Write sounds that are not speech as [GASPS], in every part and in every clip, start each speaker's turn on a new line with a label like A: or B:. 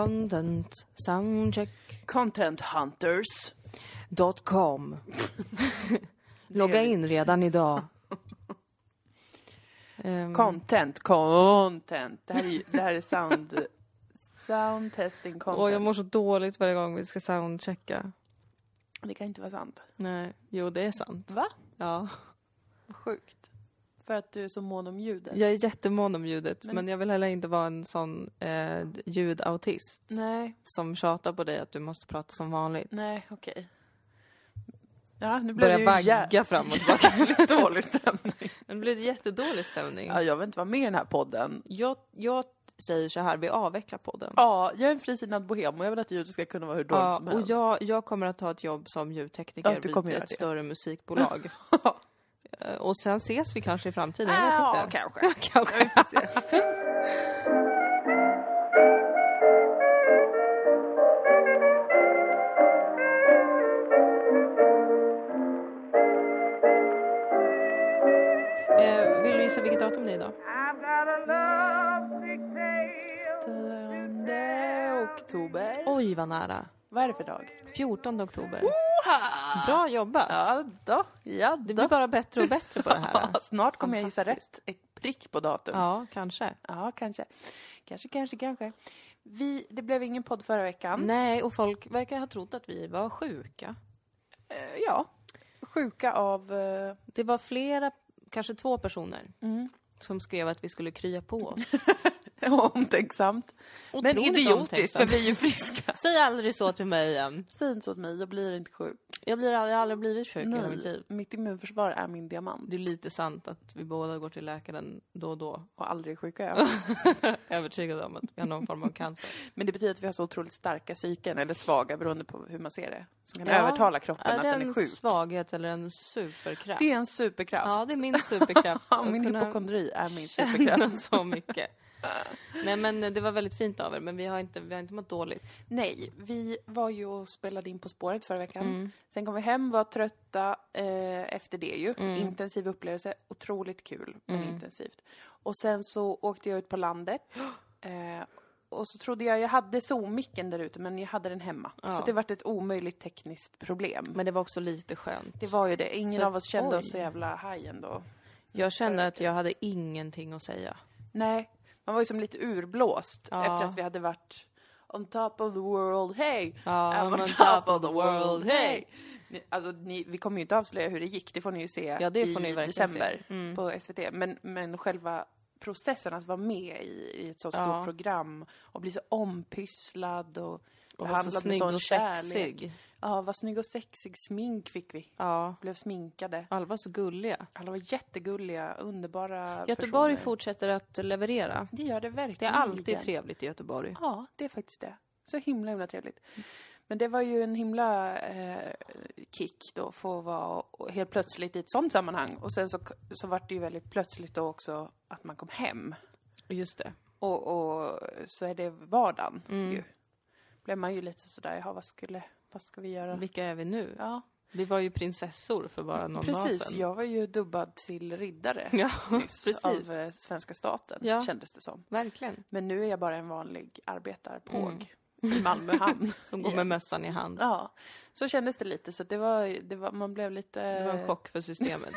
A: Content soundcheck.com.
B: Content Hunters.
A: Logga in redan
B: [LAUGHS]
A: idag. Ehm,
B: Content, content. Det här är, ju- det här är sound... Sound testing
A: Åh, jag
B: content.
A: mår så dåligt varje gång vi ska soundchecka.
B: Det kan inte vara sant.
A: Nej, jo det är sant.
B: Va?
A: Ja.
B: Sjukt. För att du är så mån om ljudet.
A: Jag är jättemån om ljudet, men,
B: Men-
A: jag vill heller inte vara en sån eh, ljudautist
B: Nej,
A: som tjatar på dig att du måste prata som vanligt.
B: nej, okej. Ja, nu blev
A: Börja
B: det ju jä-
A: vagga fram och
B: [LAUGHS]
A: tillbaka. [LAUGHS]
B: jävligt dålig stämning.
A: Det blir jättedålig stämning.
B: Ja, jag vill inte vara med i den här podden.
A: Jag, jag säger så här, vi avvecklar podden.
B: Ja, jag är en frisinnad bohem och jag vill att ljudet ska kunna vara hur dåligt
A: Ja,
B: som
A: och
B: helst.
A: jag, jag kommer att ta ett jobb som ljudtekniker
B: Ja, du kommer
A: vid
B: göra
A: ett
B: det.
A: större
B: [LAUGHS]
A: musikbolag. Eh, och sen ses vi kanske i framtiden, jag vet
B: Ja,
A: inte.
B: kanske.
A: [LAUGHS] Kanske.
B: Vi får se.
A: Eh, vill du gissa vilket datum det är idag?
C: I've got a love sick tale.
B: Sjunde oktober.
A: Oj, vad nära.
B: vad är det för dag?
A: 14 oktober. Bra jobbat!
B: Ja då, ja
A: Det blir
B: då.
A: bara bättre och bättre på det här.
B: Snart kommer jag gissa
A: Fantastiskt.
B: rätt. Ett prick på datum. Ja.
A: [LAUGHS] Ja, kanske.
B: Mm. kanske. Kanske, kanske, kanske. Vi, det blev ingen podd förra veckan.
A: Nej, och folk verkar ha trott att vi var sjuka.
B: Eh, ja. Sjuka av... eh, [LAUGHS]
A: Det var flera, kanske två personer,
B: Mm.
A: som skrev att vi skulle krya på
B: [LAUGHS]
A: oss.
B: omtänksamt. Men
A: Otroligt
B: idiotiskt, för
A: omtänksamt.
B: vi är ju friska.
A: Säg aldrig så till mig igen.
B: Säg inte så åt mig, jag blir inte sjuk.
A: Jag, blir aldrig, jag typ. har aldrig blivit sjuk i hela mitt
B: Nej,
A: liv.
B: mitt immunförsvar är min diamant.
A: Det är lite sant att vi båda går till läkaren då och då.
B: Och aldrig är sjuka jag.
A: Övertygade om att vi har någon form av cancer.
B: Men det betyder att vi har så otroligt starka psyken, eller svaga beroende på hur man ser det. Som kan
A: Ja.
B: övertala kroppen
A: Är
B: [LAUGHS] att
A: det
B: den
A: en
B: är sjuk.
A: svaghet eller en superkraft?
B: Det är en superkraft.
A: Ja, det är min [LAUGHS] superkraft.
B: Ja, min
A: Att kunna
B: hypokondri är min
A: känna [LAUGHS]
B: superkraft.
A: så mycket. Nej men det var väldigt fint av er, men vi har inte, vi har inte mått dåligt.
B: Nej, vi var ju och spelade in På spåret förra veckan. Sen kom vi hem, var trötta eh, efter det ju. Intensiv upplevelse, otroligt kul men intensivt. Och sen så åkte jag ut på landet. Eh, och så trodde jag, jag hade Zoom-micken där ute men jag hade den hemma. Så det vart ett omöjligt tekniskt problem. Men
A: Men det var också lite skönt.
B: det var ju det, ingen
A: För-
B: av oss kände
A: oj.
B: oss så jävla haj ändå.
A: Jag kände att jag hade ingenting att säga.
B: Nej, man var ju som lite urblåst
A: Ja.
B: efter att vi hade varit on top of the world, hey!
A: Ja,
B: I'm on top of the world, hey! Ni, alltså, ni, vi kommer ju inte avslöja hur det gick, det får ni ju se
A: Ja, det
B: i
A: får ni verkligen
B: december
A: se. Mm.
B: på SVT. Men, men själva processen att vara med i, i ett så
A: Ja.
B: stort program och bli så ompysslad och,
A: Och var så
B: behandlad med
A: snygg
B: sån
A: och
B: kärlek.
A: sexig.
B: Ja, vad snygg och sexig. Smink fick vi.
A: Ja.
B: Blev sminkade.
A: Alla var så gulliga.
B: Alla var jättegulliga, underbara
A: Göteborg
B: personer.
A: fortsätter att leverera.
B: Det gör det verkligen.
A: Det är alltid trevligt i Göteborg.
B: Ja, det är faktiskt det. Så himla himla trevligt. Men det var ju en himla eh, kick då, få vara och helt plötsligt i ett sånt sammanhang. Och sen så, så vart det ju väldigt plötsligt då också att man kom hem.
A: Just det.
B: Och, och så är det vardagen
A: Mm.
B: ju. Blev man ju lite sådär, jaha vad skulle, vad ska vi göra?
A: Vilka är vi nu?
B: Ja,
A: Vi var ju prinsessor för bara någon dag
B: precis.
A: sedan.
B: Jag var ju dubbad till riddare
A: Ja,
B: [LAUGHS]
A: [LAUGHS]
B: nyss
A: precis.
B: av eh, svenska staten,
A: Ja.
B: kändes det som.
A: Verkligen.
B: Men nu är jag bara en vanlig arbetarpåg
A: Mm.
B: i Malmö
A: [LAUGHS]
B: hamn.
A: Som går med mössan i hand.
B: Ja, så kändes det lite. Så att det var, det var, man blev lite...
A: Det var en chock för systemet.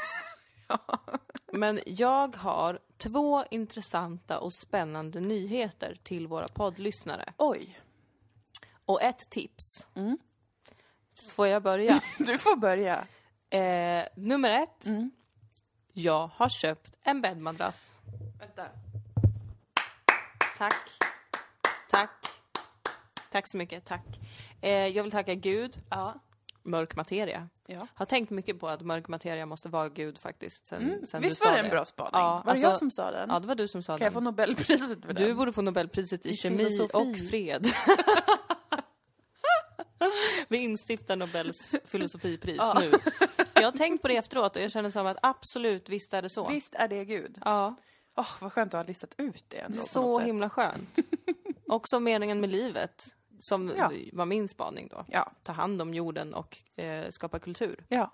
A: Men jag har två intressanta och spännande nyheter till våra poddlyssnare.
B: Oj, [LAUGHS]
A: Och ett tips. Får jag börja?
B: du får börja.
A: Eh, nummer ett. Jag har köpt en bäddmadrass.
B: Vänta.
A: Tack. Tack. Tack så mycket. Tack. Eh, jag vill tacka Gud,
B: Ja.
A: mörk materia.
B: ja.
A: Har tänkt mycket på att mörk materia måste vara Gud faktiskt. Sen, sen
B: Mm, Visst
A: du sa
B: var det en bra spaning?
A: Ja,
B: var
A: alltså-
B: det jag som sa den?
A: Ja, det var du som sa
B: kan
A: den.
B: jag få Nobelpriset för
A: Du
B: den?
A: borde få Nobelpriset i,
B: I
A: kemi
B: filosofi.
A: och fred. [LAUGHS] Vi instiftar Nobels filosofipris nu. Jag har tänkt på det efteråt och jag känner som att absolut, visst är det så.
B: Visst är det Gud?
A: Ja,
B: Åh, vad skönt att ha listat ut det ändå. på något
A: så
B: sätt.
A: himla skönt. Också meningen med livet, som
B: Ja.
A: var min spaning då.
B: Ja.
A: Ta hand om jorden och eh, skapa kultur.
B: Ja.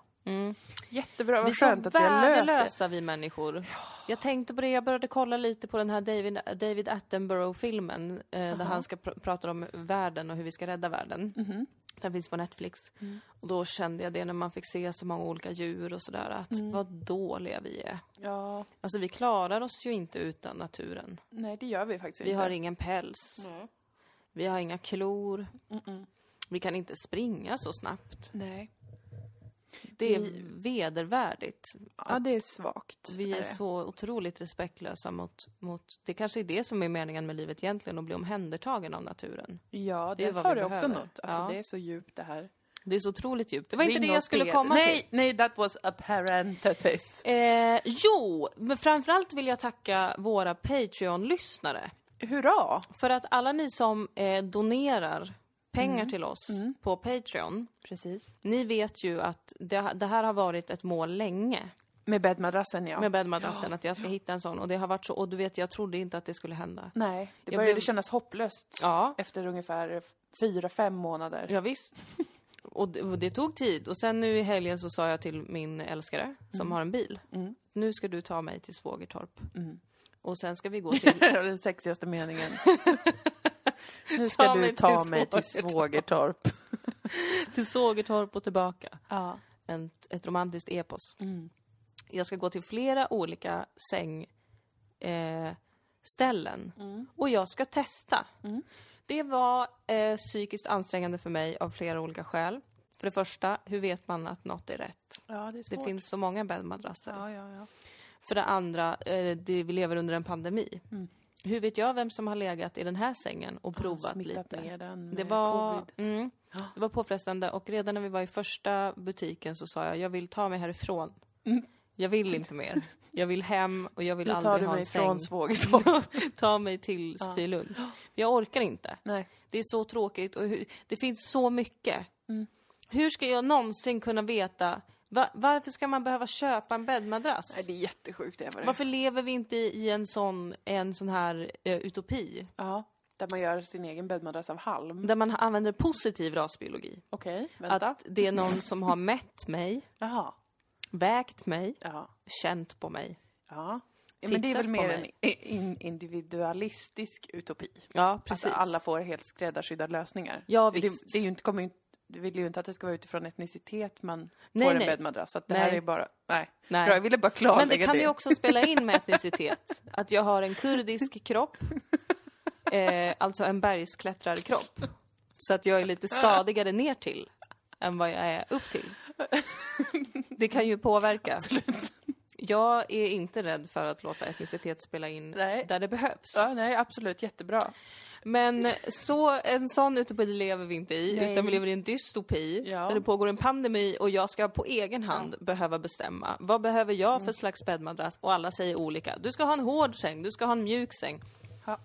B: Jättebra,
A: Vi
B: vad
A: är så
B: skönt att vi har löst
A: värdelösa vi människor. Jag tänkte på det, jag började kolla lite på den här David, David Attenborough-filmen eh, där han ska pr- prata om världen och hur vi ska rädda
B: Mm.
A: världen.
B: Mhm.
A: Den finns på Netflix. Och då kände jag det när man fick se så många olika djur och sådär, att
B: Mm.
A: vad dåliga vi är.
B: det. Ja,
A: Alltså vi klarar oss ju inte utan naturen.
B: nej det gör vi faktiskt
A: Vi
B: inte.
A: har ingen päls.
B: Nej.
A: Vi har inga klor. Vi kan inte springa så snabbt.
B: Nej.
A: Det är
B: Vi-
A: vedervärdigt.
B: Ja, det är svagt.
A: Vi är
B: det.
A: så otroligt respektlösa mot, mot... Det kanske är det som är meningen med livet egentligen, att bli omhändertagen av naturen.
B: Ja,
A: Det är
B: det
A: vad
B: sa
A: vi
B: du
A: behöver.
B: också något. Alltså
A: Ja.
B: det är så djupt det här.
A: Det är så otroligt djupt. Det var inte
B: Ring
A: det jag
B: oss,
A: skulle
B: Peder.
A: komma
B: nej,
A: till.
B: Nej, that was a parenthesis.
A: Eh, jo, men framförallt vill jag tacka våra Patreon-lyssnare.
B: Hurra!
A: För att alla ni som eh, donerar pengar
B: Mm.
A: till oss på Patreon,
B: Precis.
A: ni vet ju att det, det här har varit ett mål länge.
B: Med bäddmadrassen ja.
A: med bäddmadrassen, att jag ska hitta en sån. Och det har varit så, och du vet, jag trodde inte att det skulle hända.
B: Nej, det
A: Jag
B: började
A: blev-
B: kännas hopplöst
A: Ja,
B: efter ungefär fyra, fem månader.
A: ja visst. Och det, och det tog tid. Och sen nu i helgen så sa jag till min älskare, som har en bil, nu ska du ta mig till Svågertorp. Och sen ska vi [LAUGHS] gå till...
B: [LAUGHS] Den sexigaste [LAUGHS] meningen. nu ska
A: Ta
B: du
A: mig
B: ta
A: till
B: mig till
A: Svågertorp.
B: Svågertorp.
A: till Sågertorp och tillbaka.
B: Ja.
A: En, ett romantiskt epos.
B: Mm.
A: Jag ska gå till flera olika säng... Eh, ställen. Och jag ska testa. Det var eh, psykiskt ansträngande för mig av flera olika skäl. För det första, hur vet man att något är rätt?
B: ja, det är
A: Det
B: svårt.
A: finns så många bäddmadrasser.
B: Ja, ja, ja.
A: För det andra, eh, det, vi lever under en pandemi.
B: Mm.
A: Hur vet jag vem som har legat i den här sängen och provat
B: Ah, Smittat
A: lite?
B: ner den med
A: Det var,
B: covid. Ah.
A: mm, det var påfrestande och redan när vi var i första butiken så sa jag, jag vill ta mig härifrån. Jag vill inte mer. Jag vill hem och jag vill
B: Mm. Nu tar
A: aldrig
B: du
A: ha
B: mig
A: en säng.
B: från Ah.
A: [LAUGHS]
B: Svågertorp.
A: ta mig till Sofielund. Jag orkar inte.
B: Nej.
A: Det är så tråkigt och hur, det finns så mycket.
B: Mm.
A: Hur ska jag någonsin kunna veta va, varför ska man behöva köpa en bäddmadrass?
B: Nej, det är jättesjukt. Det är vad det är.
A: Varför lever vi inte i en sån, en sån här eh, utopi?
B: Ja, där man gör sin egen bäddmadrass av halm.
A: Där man använder positiv rasbiologi.
B: Okej, vänta.
A: Att det är någon som har mätt mig,
B: Jaha.
A: vägt mig,
B: Ja.
A: känt på mig.
B: Ja. ja men det är
A: Tittat
B: väl
A: på
B: mer en
A: mig.
B: i- in individualistisk utopi.
A: Ja,
B: Precis.
A: precis.
B: Att alla får helt skräddarsydda lösningar.
A: Ja,
B: det,
A: visst.
B: det är ju inte, kommer ju inte, du vill ju inte att det ska vara utifrån etnicitet man
A: Nej,
B: får en
A: nej.
B: bäddmadrass. Så att det
A: Nej.
B: här är bara... Nej.
A: Nej.
B: Bra, jag ville bara klarlägga
A: Men det kan vi också spela in med etnicitet. Att jag har en kurdisk kropp, eh, alltså en bergsklättrarkropp. Så att jag är lite stadigare ner till än vad jag är upp till. Det kan ju påverka. Jag är inte rädd för att låta etnicitet spela in
B: Nej.
A: där det behövs.
B: Ja, nej, absolut. Jättebra.
A: Men så, en sån utopi lever vi inte i,
B: Nej.
A: utan vi lever i en dystopi
B: Ja.
A: där det pågår en pandemi och jag ska på egen hand behöva bestämma. Vad behöver jag
B: Mm.
A: för slags bäddmadrass? Och alla säger olika. Du ska ha en hård säng, du ska ha en mjuk säng.
B: Ja.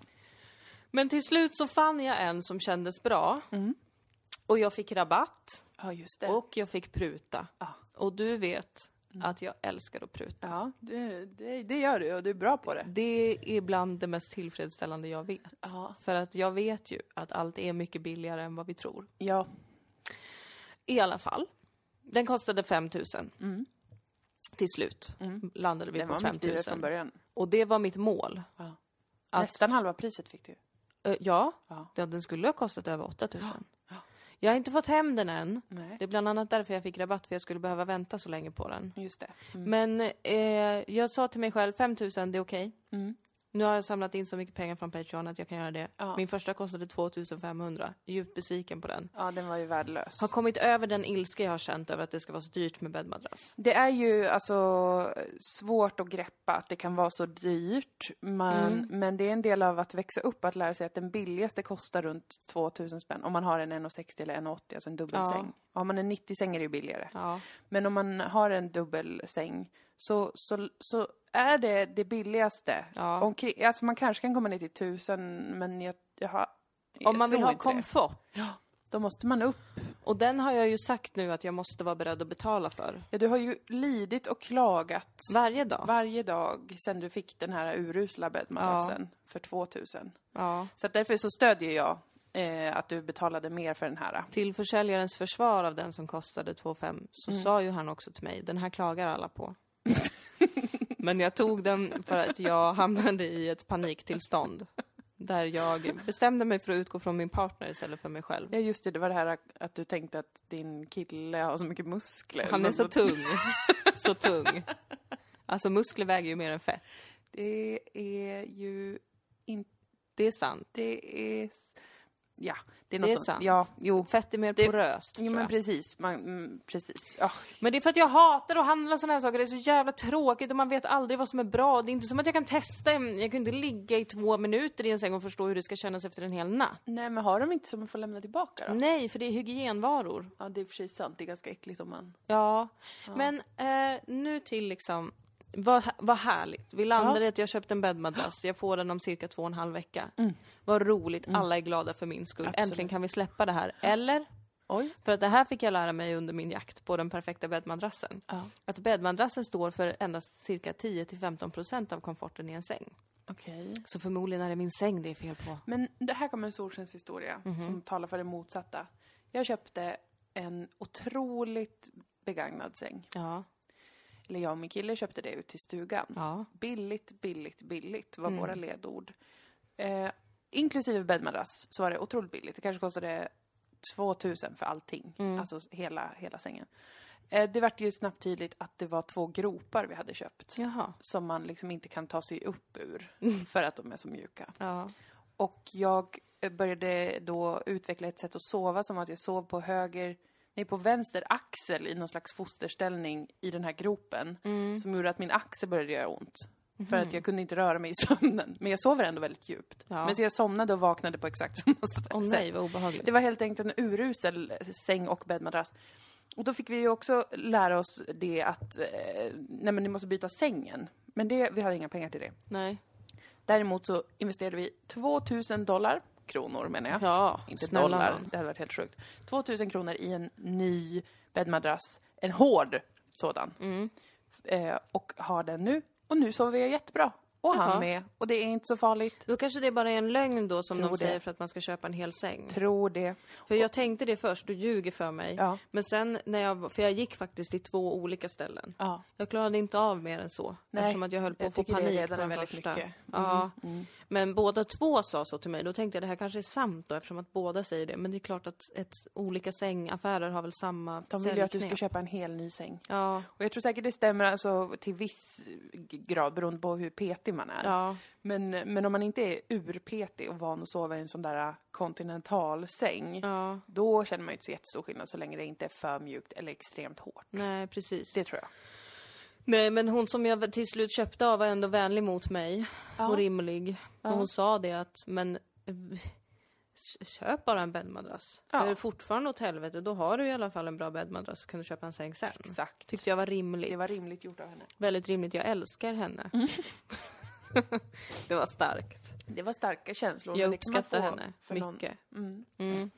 A: Men till slut så fann jag en som kändes bra.
B: Mm.
A: Och jag fick rabatt
B: Ja, just det.
A: och jag fick pruta.
B: Ja. Mm.
A: Och du vet att jag älskar att pruta.
B: Ja, det, det, det gör du och du är bra på det.
A: Det är ibland det mest tillfredsställande jag vet.
B: Ja.
A: För att jag vet ju att allt är mycket billigare än vad vi tror.
B: Ja.
A: I alla fall. Den kostade 5 000. Till slut landade vi
B: Mm. Den
A: på
B: var
A: 5
B: mycket dyrare från
A: 000.
B: början.
A: Och det var mitt mål. Att-
B: Nästan halva priset fick du.
A: Eh, ja,
B: Ja.
A: det- den skulle ha kostat över 8 000. Jag har inte fått hem den än.
B: Nej.
A: Det är bland annat därför jag fick rabatt, för jag skulle behöva vänta så länge på den.
B: Just det.
A: Men eh, jag sa till mig själv, 5 000, det är okej. Nu har jag samlat in så mycket pengar från Patreon att jag kan göra det.
B: Mm. Ja.
A: Min första kostade 2 500. Djupt besviken på den.
B: Ja, den var ju värdelös.
A: Har kommit över den ilska jag har känt över att det ska vara så dyrt med bäddmadrass.
B: Det är ju alltså svårt att greppa att det kan vara så dyrt. Men,
A: Mm.
B: men det är en del av att växa upp, att lära sig att den billigaste kostar runt 2000 spänn. Om man har en 1,60 eller 1,80, alltså en dubbelsäng. Har man en 90-säng är det ju billigare.
A: Ja.
B: Men om man har en dubbelsäng så, så, så är det det billigaste.
A: Ja.
B: Omkring, alltså man kanske kan komma ner till 1000 men jag, jag har... jag
A: Om man vill
B: tror
A: ha
B: inte det.
A: komfort.
B: Då måste man upp.
A: Och den har jag ju sagt nu att jag måste vara beredd att betala för.
B: Ja, du har ju lidit och klagat.
A: Varje dag.
B: varje dag sen du fick den här urusla bäddmadrassen för 2000.
A: Ja.
B: Så att därför så stödjer jag eh, att du betalade mer för den här.
A: Till försäljarens försvar av den som kostade 2,5 så
B: Mm.
A: sa ju han också till mig, den här klagar alla
B: [LAUGHS]
A: på. Men jag tog den för att jag hamnade i ett paniktillstånd. Där jag bestämde mig för att utgå från min partner istället för mig själv.
B: Ja just det, det var det här att du tänkte att din kille har så mycket muskler.
A: Han är
B: Men
A: så
B: då-
A: tung. Så tung. Alltså muskler väger ju mer än fett.
B: Det är ju inte...
A: Det är sant.
B: Det är... s- Ja, det är något
A: Det är
B: sånt.
A: sant.
B: Ja, jo.
A: Fett är mer
B: Det-
A: poröst
B: Jo
A: tror
B: men
A: jag.
B: precis, man, mm, precis. Ja,
A: Men det är för att jag hatar att handla såna här saker. Det är så jävla tråkigt och man vet aldrig vad som är bra. Det är inte som att jag kan testa. Jag kan inte ligga i två minuter i en säng och förstå hur det ska kännas efter en hel natt.
B: Nej men har de inte så man får lämna tillbaka då?
A: Nej, för det är hygienvaror.
B: Ja det är i och för sig sant, det är ganska äckligt om man...
A: Ja. Men eh, nu till liksom, vad, vad härligt. Vi landade i att jag köpte en bäddmadrass, jag får den om cirka två och en halv vecka. Vad roligt, alla är glada för min skull.
B: Absolut.
A: Äntligen kan vi släppa det här. Eller?
B: Oj.
A: För att det här fick jag lära mig under min jakt på den perfekta bäddmadrassen.
B: Ja.
A: Att bäddmadrassen står för endast cirka 10-15% av komforten i en säng.
B: Okej.
A: Så förmodligen är det min säng det är fel på.
B: Men det här kommer en solskens historia som talar för det motsatta. Jag köpte en otroligt begagnad säng.
A: Ja.
B: Eller jag och min kille köpte det ut till stugan.
A: Ja.
B: Billigt, billigt, billigt var våra ledord. Eh, inklusive bäddmadrass så var det otroligt billigt. Det kanske kostade 2000 för allting. Alltså hela, hela sängen. Eh, det vart ju snabbt tydligt att det var två gropar vi hade köpt.
A: Jaha.
B: Som man liksom inte kan ta sig upp ur. För att de är så mjuka.
A: Ja.
B: Och jag eh, började då utveckla ett sätt att sova som att jag sov på höger, nej på vänster axel i någon slags fosterställning i den här gropen.
A: Mm.
B: Som gjorde att min axel började göra ont. För att jag kunde inte röra mig i sömnen. Men jag sover ändå väldigt djupt.
A: Mhm. Ja.
B: Men så jag somnade och vaknade på exakt samma sätt.
A: Åh nej, vad obehagligt.
B: Det var helt enkelt en urusel säng och bäddmadrass. Och då fick vi ju också lära oss det att, eh, nej men ni måste byta sängen. Men det, vi hade inga pengar till det.
A: Nej.
B: Däremot så investerade vi 2000 dollar, kronor menar jag.
A: Ja,
B: Inte
A: snälla
B: dollar,
A: nån.
B: det hade varit helt sjukt. 2000 kronor i en ny bäddmadrass, en hård sådan.
A: Mm.
B: Eh, och har den nu, och nu sover jag jättebra. Och
A: Jaha.
B: han med, och det är inte så farligt.
A: Då kanske det bara är en lögn då som
B: Tror
A: de säger
B: det.
A: för att man ska köpa en hel säng.
B: Tror det.
A: För jag tänkte det först, du ljuger för mig.
B: Ja.
A: Men sen när jag, för jag gick faktiskt till två olika ställen.
B: Ja.
A: Jag klarade inte av mer än så.
B: Nej,
A: eftersom att jag höll på
B: jag
A: att få
B: tycker det
A: panik
B: redan
A: på
B: är
A: den
B: väldigt
A: första.
B: mycket. Mm,
A: Ja. Men båda två sa så till mig. Då tänkte jag det här kanske är sant då eftersom att båda säger det. Men det är klart att ett, olika sängaffärer har väl samma
B: De vill ju att du ska
A: säljknep.
B: köpa en hel ny säng.
A: Ja,
B: Och jag tror säkert det stämmer alltså, till viss grad beroende på hur petig man är.
A: ja.
B: Men, men om man inte är urpetig och van att sova i en sån där äh, kontinentalsäng,
A: Ja.
B: då känner man ju inte så jättestor skillnad så länge det inte är för mjukt eller extremt hårt.
A: Nej, precis.
B: Det tror jag.
A: Nej, men hon som jag till slut köpte av var ändå vänlig mot mig och rimlig. Och hon sa det att, men eh, köp bara en bäddmadrass.
B: Ja.
A: Är det fortfarande åt helvete, då har du i alla fall en bra bäddmadrass så kan du köpa en säng sen.
B: Exakt.
A: Tyckte jag var rimligt.
B: Det var rimligt gjort av henne.
A: Väldigt rimligt, jag älskar henne.
B: Mm.
A: [LAUGHS] det var starkt.
B: Det var starka känslor. men
A: Jag
B: det kan man
A: uppskattar
B: få
A: henne
B: för någon-
A: mycket. Mm.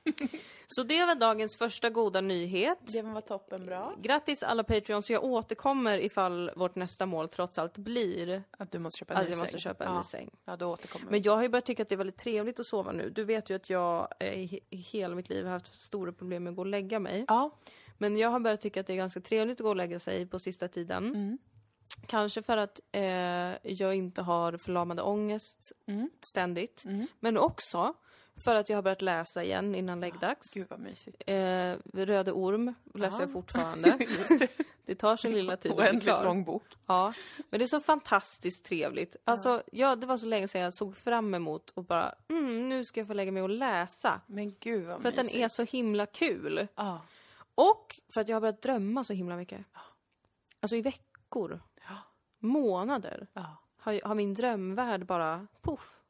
A: Så det var dagens första goda nyhet.
B: Det var toppen bra.
A: Grattis alla Patreons, jag återkommer ifall vårt nästa mål trots allt blir
B: Att du måste köpa en
A: att
B: ny
A: jag måste
B: säng.
A: köpa en
B: ja. Mm.
A: ny säng.
B: Ja, då återkommer
A: Men
B: vi.
A: jag har ju börjat tycka att det är väldigt trevligt att sova nu. Du vet ju att jag eh, i he- i hela mitt liv har haft stora problem med att gå och lägga mig.
B: Ja,
A: Men jag har börjat tycka att det är ganska trevligt att gå och lägga sig på sista tiden.
B: Mm.
A: Kanske för att eh, jag inte har förlamande ångest
B: Mm.
A: ständigt. Men också för att jag har börjat läsa igen innan läggdags.
B: gud vad mysigt.
A: Eh, Röde orm läser [LAUGHS] jag
B: [LAUGHS]
A: fortfarande. det tar sin lilla tid att bli
B: Oändligt
A: klar.
B: lång bok.
A: Ja, men det är så fantastiskt trevligt. Alltså, ja, det var så länge sedan jag såg fram emot och bara, mm, nu ska jag få lägga mig och läsa.
B: Men gud vad
A: För att
B: mysigt.
A: den är så himla kul.
B: Ja.
A: Och för att jag har börjat drömma så himla mycket. Alltså i veckor,
B: Ja.
A: månader,
B: ja.
A: har, har min drömvärld bara, poff,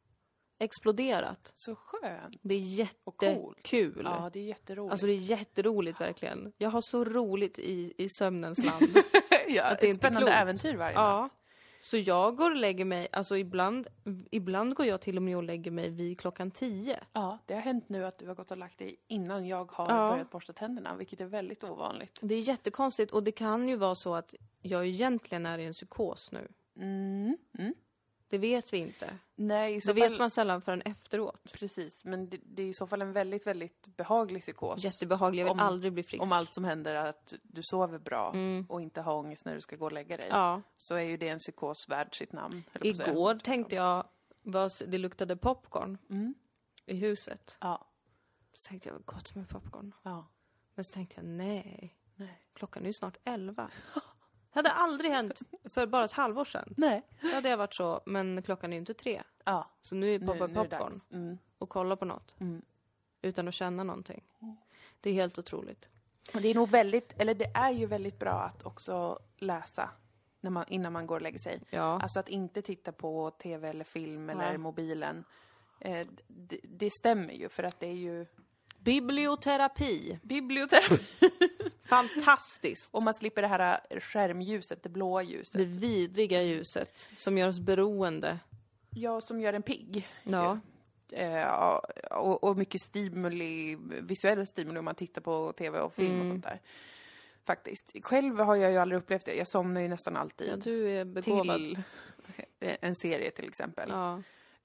A: exploderat.
B: Så skönt.
A: Det är
B: coolt.
A: jättekul.
B: Ja, det är jätteroligt.
A: Alltså det är jätteroligt verkligen. Jag har så roligt i, i sömnens land.
B: [LAUGHS] [LAUGHS] ja,
A: att det är
B: ett
A: inte
B: spännande
A: klokt.
B: äventyr varje natt.
A: Ja. Så jag går och lägger mig, alltså ibland, ibland går jag till och med och lägger mig vid klockan tio.
B: Ja, det har hänt nu att du har gått och lagt dig innan jag har
A: Ja.
B: börjat borsta tänderna, vilket är väldigt ovanligt.
A: Det är jättekonstigt
B: Mm,
A: och det kan ju vara så att jag egentligen är i en psykos nu. Det vet vi inte.
B: Nej, i så
A: Det
B: fall,
A: vet man sällan förrän efteråt.
B: Precis, men det, det är i så fall en väldigt, väldigt behaglig psykos.
A: Jättebehaglig, jag vill
B: Om-
A: aldrig bli frisk.
B: Om allt som händer är att du sover bra
A: Mm.
B: och inte har ångest när du ska gå och lägga dig.
A: Ja.
B: Så är ju det en psykos värd sitt namn. höll jag på att säga.
A: Igår tänkte jag, vad, s- det luktade popcorn
B: Mm.
A: i huset.
B: Ja,
A: Så tänkte jag, vad gott med popcorn.
B: ja.
A: Men så tänkte jag, nej.
B: Nej.
A: Klockan är ju snart elva. Det hade aldrig hänt för bara ett halvår sedan.
B: Nej.
A: Då hade jag varit så, men klockan är ju inte tre.
B: Ja,
A: Så nu
B: nu,
A: poppar
B: nu är det
A: popcorn
B: dags. Mm.
A: och kollar på något.
B: Mm.
A: Utan att känna någonting. Det är helt otroligt.
B: Och det är nog väldigt, eller det är ju väldigt bra att också läsa när man, innan man går och lägger sig.
A: Ja.
B: Alltså att inte titta på tv eller film eller
A: Nej.
B: mobilen. Eh, det, det stämmer ju för att det är ju
A: Biblioterapi.
B: biblioterapi.
A: Fantastiskt.
B: Och man slipper det här eh, skärmljuset, det blåa ljuset.
A: Det vidriga ljuset som gör oss beroende.
B: Ja, som gör en pigg.
A: Ja.
B: Eh, och, och mycket stimuli, visuell stimuli om man tittar på tv och film
A: Mm.
B: och sånt där. Faktiskt. Själv har jag ju aldrig upplevt det. Jag somnar ju nästan alltid.
A: ja du är begåvad.
B: till eh, en serie till exempel.
A: Ja.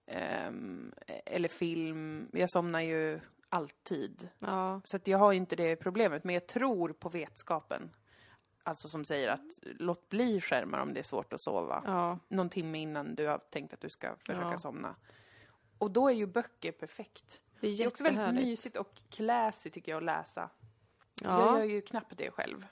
B: Ehm, eller film. Jag somnar ju alltid.
A: ja.
B: Så att jag har ju inte det problemet, men jag tror på vetskapen. Alltså som säger att låt bli skärmar om det är svårt att sova.
A: Ja.
B: Någon timme innan du har tänkt att du ska försöka
A: Ja.
B: somna. Och då är ju böcker perfekt.
A: Det är
B: Det är också väldigt
A: jättehärligt.
B: mysigt och classy tycker jag att läsa. Jag gör
A: Ja.
B: ju knappt det själv.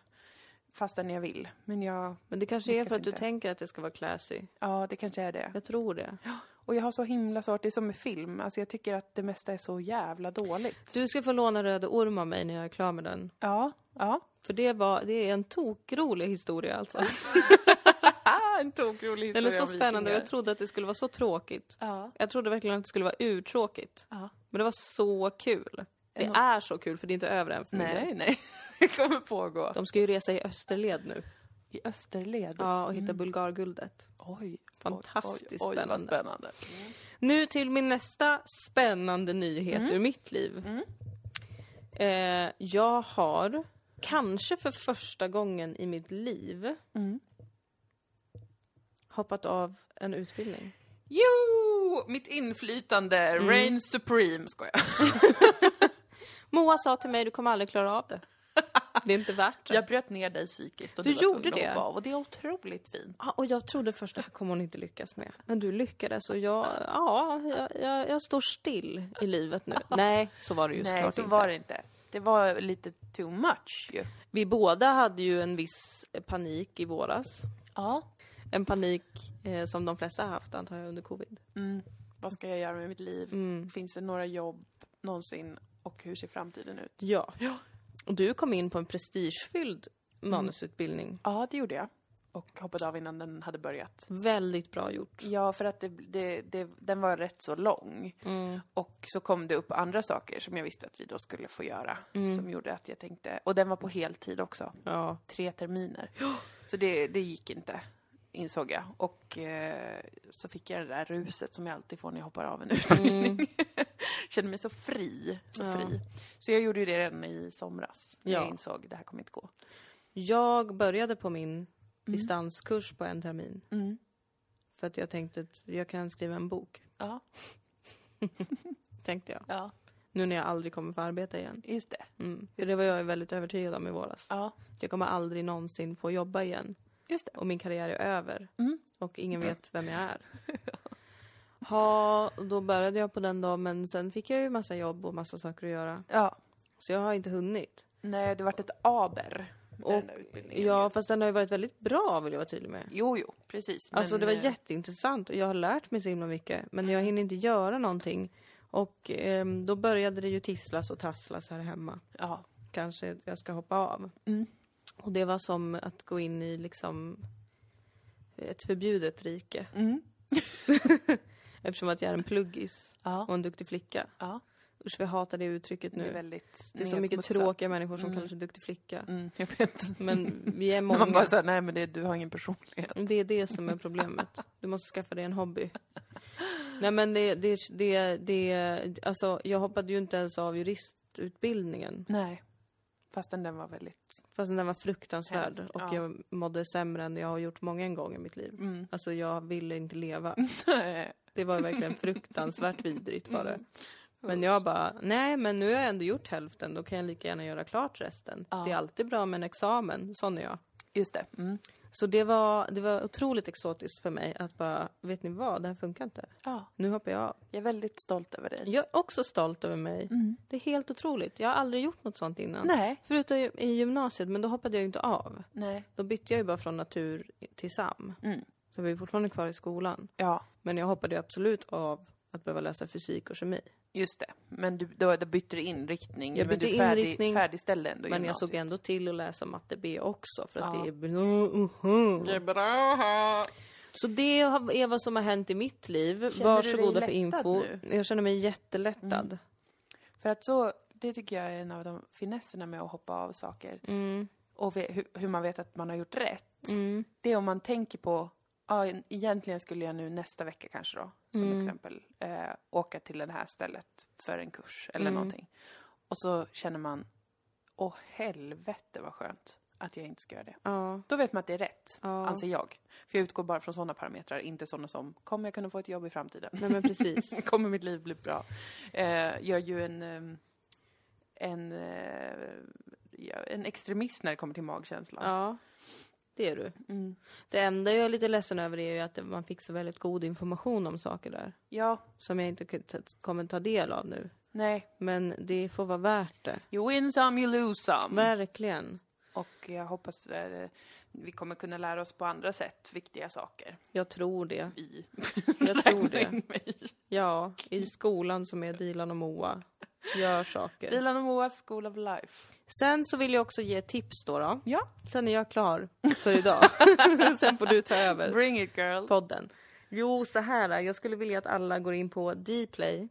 B: Fastän jag vill. Men jag,
A: Men det kanske är
B: lyckas
A: för att du
B: inte.
A: tänker att det ska vara classy.
B: ja det kanske är det.
A: Jag tror det.
B: Och jag har så himla svårt, det är som med film, alltså jag tycker att det mesta är så jävla dåligt.
A: Du ska få låna Röde Orm av mig när jag är klar med den.
B: Ja, ja.
A: För det, var, det är en tokrolig historia alltså.
B: Ah, en tokrolig
A: Den
B: historia
A: är så
B: om
A: spännande och
B: vikingar.
A: jag trodde att det skulle vara så tråkigt.
B: Ja,
A: Jag trodde verkligen att det skulle vara urtråkigt.
B: ja.
A: Men det var så kul. Det
B: Ändå.
A: är så kul för det är inte över än för min del.
B: Nej, nej. [LAUGHS] Det kommer pågå.
A: De ska ju resa i österled nu.
B: I Österled.
A: Ja, och hitta
B: Mm.
A: Bulgarguldet.
B: Oj.
A: Fantastiskt
B: oj, oj, oj, vad
A: spännande.
B: spännande.
A: Nu till min nästa spännande nyhet
B: Mm.
A: ur mitt liv. Eh, jag har, kanske för första gången i mitt liv,
B: Mm.
A: hoppat av en utbildning.
B: Jo! Mitt inflytande, reign supreme, skojar jag.
A: Moa sa till mig, du kommer aldrig klara av det. Det är inte värt det.
B: Jag bröt ner dig psykiskt och du,
A: Du
B: var
A: gjorde
B: tvungen att
A: det?
B: hoppa av och det är otroligt fint.
A: Ja, och jag trodde först det här kommer hon inte lyckas med. Men du lyckades och jag, ja, jag, jag, jag står still i livet nu. Nej, så var det ju
B: nej,
A: såklart
B: så
A: inte.
B: var det inte. Det var lite too much ju.
A: Vi båda hade ju en viss panik i våras.
B: Ja.
A: En panik eh, som de flesta har haft antar jag under covid.
B: Mm. Vad ska jag göra med mitt liv?
A: Mm.
B: Finns det några jobb någonsin och hur ser framtiden ut?
A: Ja. Och du kom in på en prestigefylld manusutbildning.
B: Ja, det gjorde jag. Och hoppade av innan den hade börjat.
A: Väldigt bra gjort.
B: Ja, för att det, det, det, den var rätt så lång. Och så kom det upp andra saker som jag visste att vi då skulle få göra. Som gjorde att jag tänkte, och den var på heltid också.
A: Ja.
B: Tre terminer. Så det, det gick inte, insåg jag. Och eh, så fick jag det där ruset som jag alltid får när jag hoppar av en utbildning. [LAUGHS] Kände mig så fri, så
A: Mm. Ja.
B: fri. Så jag gjorde ju det redan i somras. När
A: Ja.
B: jag insåg att det här kommer inte gå.
A: Jag började på min Mm. distanskurs på en termin.
B: Mm.
A: För att jag tänkte att jag kan skriva en bok.
B: Ja,
A: Tänkte jag.
B: ja,
A: Nu när jag aldrig kommer få arbeta igen.
B: just det.
A: Mm. För det var jag väldigt övertygad om i våras.
B: Ja,
A: Jag kommer aldrig någonsin få jobba igen.
B: just det.
A: Och min karriär är över.
B: Mm.
A: Och ingen vet vem jag
B: [LAUGHS]
A: är. Ja, då började jag på den dagen men sen fick jag ju massa jobb och massa saker att göra.
B: Ja.
A: Så jag har inte hunnit.
B: Nej, det vart ett aber. med
A: Och-
B: den där utbildningen.
A: Ja, fast den har ju varit väldigt bra vill jag vara tydlig med.
B: Jo, jo, precis.
A: Alltså det var
B: eh,
A: jätteintressant och jag har lärt mig så himla mycket men jag hinner inte göra någonting. Och ehm, då började det ju tisslas och tasslas här hemma.
B: Ja.
A: Kanske jag ska hoppa av.
B: Mm.
A: Och det var som att gå in i liksom ett förbjudet rike.
B: Mm.
A: Eftersom att jag är en pluggis
B: Ja.
A: och en duktig flicka.
B: ja.
A: Usch, vi hatar det uttrycket
B: Det är
A: nu.
B: väldigt
A: Det är så mycket
B: nedsmutsat.
A: tråkiga människor som
B: Mm.
A: kallar sig duktig flicka.
B: Mm, jag vet. [LAUGHS]
A: Men vi är
B: Man bara
A: många.
B: såhär, nej men det, du har ingen [LAUGHS] personlighet.
A: Det är det som är problemet. Du måste skaffa dig en hobby. Nej men det, det, det, det alltså jag hoppade ju inte ens av juristutbildningen.
B: Nej. Fastän den var väldigt...
A: Fast den var fruktansvärd
B: Hemskt,
A: och
B: ja.
A: jag mådde sämre än jag har gjort många en gång i mitt liv.
B: Mm.
A: Alltså jag ville inte leva. Det var
B: [LAUGHS]
A: verkligen fruktansvärt vidrigt var
B: Mm.
A: det. Men jag bara, nej men nu har jag ändå gjort hälften, då kan jag lika gärna göra klart resten.
B: Ja.
A: Det är alltid bra med en examen, sån är jag.
B: [LAUGHS] Just det. Mm.
A: Så det var, det var otroligt exotiskt för mig att bara, vet ni vad, det här funkar inte.
B: Ja,
A: Nu hoppar jag av.
B: jag är väldigt stolt över dig.
A: Jag är också stolt över mig. Det är helt otroligt. Jag har aldrig gjort något sånt innan.
B: Mm. Nej.
A: Förutom i- i gymnasiet, men då hoppade jag ju inte av.
B: Nej.
A: Då bytte jag ju bara från natur till SAM.
B: Mm.
A: Så vi är fortfarande kvar i skolan.
B: Ja,
A: Men jag hoppade ju absolut av att behöva läsa fysik och kemi.
B: just det. Men du, då, då bytte du inriktning.
A: Jag
B: men
A: bytte
B: du färdig,
A: inriktning,
B: färdigställde ändå
A: Men jag
B: gymnasiet.
A: såg ändå till att läsa matte B också för att
B: Ja.
A: det är bra. Mm.
B: Det är bra att ha.
A: Så det har- är vad som har hänt i mitt liv.
B: dig
A: Varsågoda för
B: lättad
A: info.
B: nu?
A: Jag känner mig jättelättad.
B: För att så, det tycker jag är en av de finesserna med att hoppa av saker.
A: Mm.
B: Och ve- hur, hur man vet att man har gjort rätt.
A: Mm.
B: Det är om man tänker på, ja, en- egentligen skulle jag nu nästa vecka kanske då, som
A: Mm.
B: exempel, eh, åka till det här stället för en kurs
A: Mm.
B: eller någonting. Och så känner man, åh helvete vad skönt att jag inte ska göra det.
A: Ja.
B: Då vet man att det är rätt,
A: Ja.
B: anser jag. För jag utgår bara från sådana parametrar, inte sådana som, kommer jag kunna få ett jobb i framtiden? [LAUGHS]
A: Nej men precis.
B: Kommer mitt liv bli bra? Eh, jag är ju en, ehm, en, eh, ja, en extremist när det kommer till magkänslan.
A: Ja. Det är du.
B: Mm.
A: Det enda jag är lite ledsen över är ju att man fick så väldigt god information om saker där.
B: ja,
A: Som jag inte kan- t- kommer ta del av nu.
B: nej.
A: Men det får vara värt det.
B: You win some, you lose some.
A: Verkligen.
B: Och jag hoppas eh, vi kommer kunna lära oss på andra sätt viktiga saker.
A: Jag tror det.
B: Vi.
A: [LAUGHS]
B: [LAUGHS]
A: Jag tror
B: Räkna
A: det.
B: in mig.
A: Ja, i skolan som är Dilan och Moa. Gör saker.
B: Dilan och Moas School of Life.
A: Sen så vill jag också ge tips då. då.
B: Ja.
A: Sen är jag klar för [LAUGHS] idag. Sen får du ta över
B: Bring it girl.
A: podden. Jo, så här. Jag skulle vilja att alla går in på Dplay.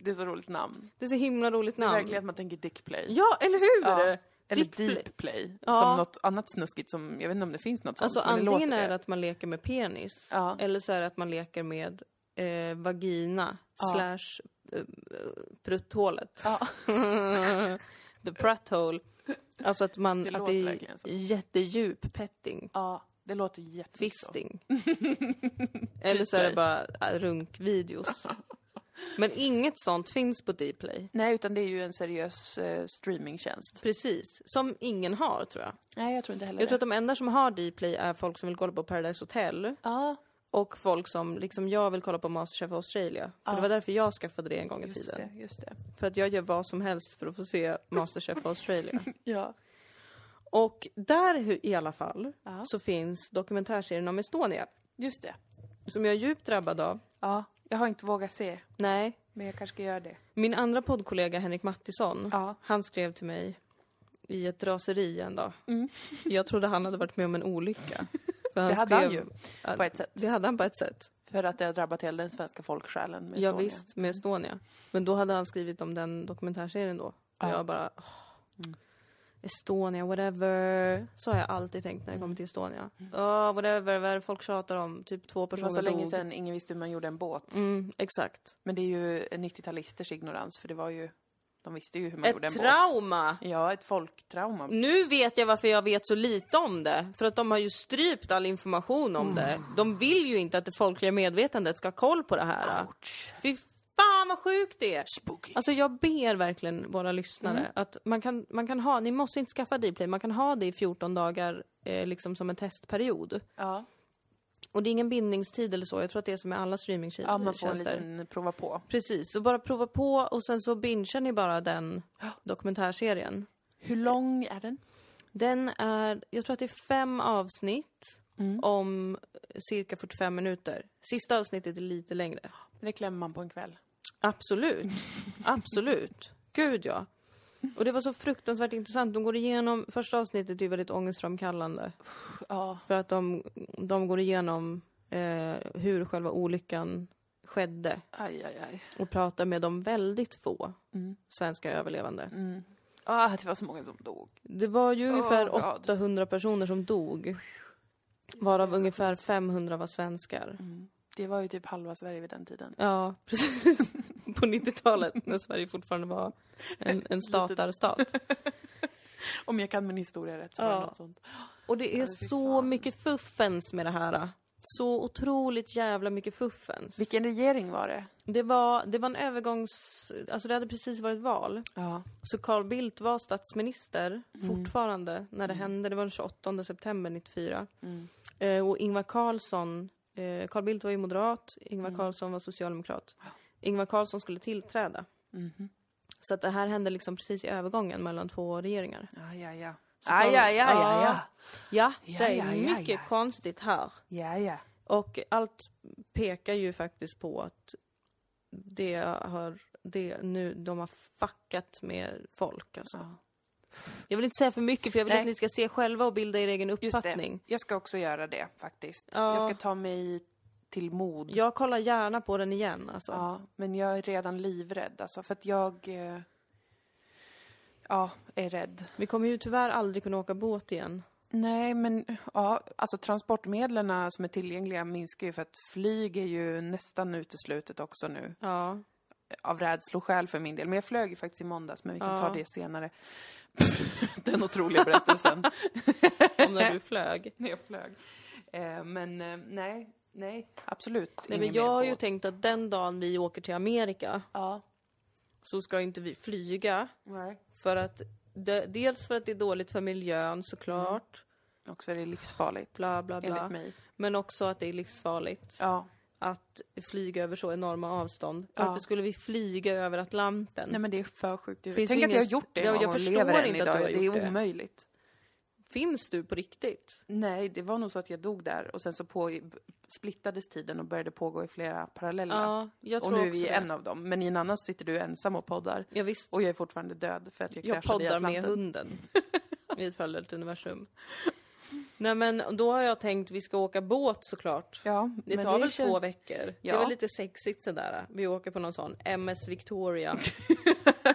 B: Det är så roligt namn.
A: Det är så himla roligt namn.
B: Verkligen att man tänker dickplay.
A: Ja, eller hur?
B: Ja. Eller
A: Dick play.
B: deep play.
A: Ja.
B: Som något annat snuskigt som, jag vet inte om det finns något
A: Alltså
B: sånt. men det
A: antingen
B: låter
A: är det att man leker med penis
B: Ja.
A: eller så är det att man leker med eh, vagina
B: Ja.
A: slash eh, prutthålet.
B: Ja.
A: [LAUGHS] The prat hole. Alltså att man,
B: Det
A: att
B: låter
A: det är
B: verkligen så.
A: jättedjup petting.
B: Ja, det låter jättebra.
A: Fisting. eller så är
B: Typ
A: det bara eh,
B: [LAUGHS]
A: runkvideos. Men inget sånt finns på Dplay.
B: Nej, utan det är ju en seriös eh, streamingtjänst.
A: Precis. Som ingen har tror jag.
B: Nej, jag tror inte heller
A: Jag tror att
B: det.
A: de enda som har Dplay är folk som vill kolla på Paradise Hotel.
B: Ja,
A: Och folk som, liksom jag vill kolla på Masterchef Australia. För det var därför jag skaffade det en gång i
B: just
A: tiden.
B: det, just det.
A: För att jag gör vad som helst för att få se
B: [LAUGHS]
A: Masterchef Australia.
B: Ja.
A: Och där hu- i alla fall
B: Ja.
A: så finns dokumentärserien om Estonia.
B: Just det.
A: Som jag är djupt drabbad av.
B: Ja, jag har inte vågat se,
A: Nej.
B: men jag kanske ska göra det.
A: Min andra poddkollega Henrik Mattisson,
B: Ja.
A: han skrev till mig i ett raseri en dag. Jag trodde han hade varit med om en
B: [LAUGHS]
A: olycka. För han
B: Mm. det hade han
A: skrev-
B: ju, på ett sätt.
A: Det hade han på ett sätt.
B: För att det har drabbat hela den svenska folksjälen med
A: Ja
B: Estonia.
A: visst, med Estonia. Men då hade han skrivit om den dokumentärserien då. Och jag bara... åh,
B: Mm.
A: Estonia, whatever. Så har jag alltid tänkt när det kommer till Estonia. Åh, whatever, vad är det folk tjatar om? Typ två
B: Mm. Det
A: personer
B: var så länge
A: dog.
B: sedan ingen visste hur man gjorde en båt.
A: Mm, exakt.
B: Men det är ju en 90-talisters ignorans, för det var ju... De visste ju hur man gjorde en
A: Ett trauma!
B: båt. Ja, ett folktrauma.
A: Nu vet jag varför jag vet så lite om det. För att de har ju strypt all information
B: Mm.
A: om det. De vill ju inte att det folkliga medvetandet ska ha koll på det här. Fy fan vad sjukt det är!
B: Spooky. Mm.
A: Alltså jag ber verkligen våra lyssnare att man kan, man kan ha, ni måste inte skaffa Dplay, man kan ha det i 14 dagar eh, liksom som en testperiod.
B: Ja,
A: Och det är ingen bindningstid eller så, jag tror att det är som med alla streamingtjänster.
B: ja man får en liten prova på.
A: Precis, så bara prova på och sen så bingar ni bara den dokumentärserien.
B: Hur lång är den?
A: Den är, jag tror att det är fem avsnitt
B: Mm.
A: om cirka 45 minuter. Sista avsnittet är lite längre.
B: Det klämmer man på en kväll.
A: Absolut. Absolut. Gud ja. Och det var så fruktansvärt intressant. De går igenom, första avsnittet är ju väldigt ångestframkallande.
B: Ja,
A: För att de, de går igenom eh, hur själva olyckan skedde
B: aj, aj, aj.
A: och pratar med de väldigt få
B: Mm.
A: svenska överlevande.
B: Ah, det var så många som dog.
A: Det var ju ungefär
B: God.
A: 800 personer som dog. Varav ungefär 500 var svenskar.
B: Det var ju typ halva Sverige vid den tiden.
A: Ja, [LAUGHS] precis. På 90-talet när Sverige fortfarande var en, en statarstat.
B: Om jag kan min historia rätt så
A: Ja.
B: var det något sånt.
A: Och det är
B: Ja, fy
A: så
B: fan.
A: mycket fuffens med det här. Så otroligt jävla mycket fuffens.
B: Vilken regering var det?
A: Det var, det var en övergångs... Alltså det hade precis varit val.
B: Ja.
A: Så Carl Bildt var statsminister
B: Mm.
A: fortfarande när det hände. Det var den 28 september 94.
B: Mm.
A: Eh, och Ingvar Carlsson, eh, Carl Bildt var ju moderat, Ingvar
B: Mm.
A: Carlsson var socialdemokrat. Ingvar Carlsson skulle tillträda.
B: Mhm.
A: Så att det här hände liksom precis i övergången mellan två regeringar.
B: Ja, ja, ja.
A: Så Carl-
B: ja.
A: Ja,
B: Ja,
A: det är
B: ja, ja,
A: mycket
B: ja.
A: konstigt här.
B: Ja, ja.
A: Och allt pekar ju faktiskt på att det har, det nu, de har fuckat med folk alltså.
B: Ja.
A: Jag vill inte säga för mycket för jag vill
B: Nej.
A: att ni ska se själva och bilda er egen
B: Just
A: uppfattning.
B: det. Jag ska också göra det faktiskt.
A: Ja.
B: Jag ska ta mig till mod.
A: Jag kollar gärna på den igen alltså.
B: Ja, men jag är redan livrädd alltså, för att jag... eh, Ja, är rädd.
A: Vi kommer ju tyvärr aldrig kunna åka båt igen.
B: Nej, men ja, alltså transportmedlen som är tillgängliga minskar ju för att flyg är ju nästan uteslutet också nu.
A: Ja.
B: Av rädsloskäl för min del. Men jag flög ju faktiskt i måndags, men vi kan
A: Ja.
B: ta det senare. [LAUGHS] Den otroliga berättelsen.
A: Om när [LAUGHS] du flög.
B: [LAUGHS] när jag flög. Eh, men eh, nej, nej, absolut.
A: Nej,
B: ingen
A: men jag
B: mer
A: har ju
B: båt.
A: tänkt att den dagen vi åker till Amerika
B: Ja,
A: så ska inte vi flyga.
B: nej.
A: För att de, dels för att det är dåligt för miljön såklart.
B: Och så är det livsfarligt,
A: Bla bla
B: enligt
A: bla.
B: mig. Mm.
A: Men också att det är livsfarligt
B: Ja.
A: att flyga över så enorma avstånd.
B: Ja.
A: Varför skulle vi flyga över Atlanten?
B: Nej men det är för sjukt.
A: Finns
B: Tänk
A: det
B: att jag har
A: ingen-
B: gjort det
A: Ja,
B: någon
A: jag
B: gång och
A: förstår
B: lever än
A: inte att du har
B: Det
A: gjort
B: är
A: det.
B: omöjligt.
A: Finns du på riktigt?
B: Nej, det var nog så att jag dog där och sen så på, splittades tiden och började pågå i flera parallella.
A: Ja, jag
B: och
A: tror
B: nu är
A: också
B: vi
A: det.
B: en av dem. Men i en annan sitter du ensam och poddar.
A: Ja, visst.
B: Och jag är fortfarande död för att jag,
A: Jag
B: kraschade i
A: poddar med
B: Atlanten.
A: hunden i ett parallellt
B: [LAUGHS]
A: universum. Nej men då har jag tänkt vi ska åka båt såklart.
B: Ja,
A: Det
B: men
A: tar väl
B: känns-
A: två veckor? Det
B: Ja.
A: var lite sexigt sådär. Vi åker på någon sån MS
B: [LAUGHS]
A: Victoria.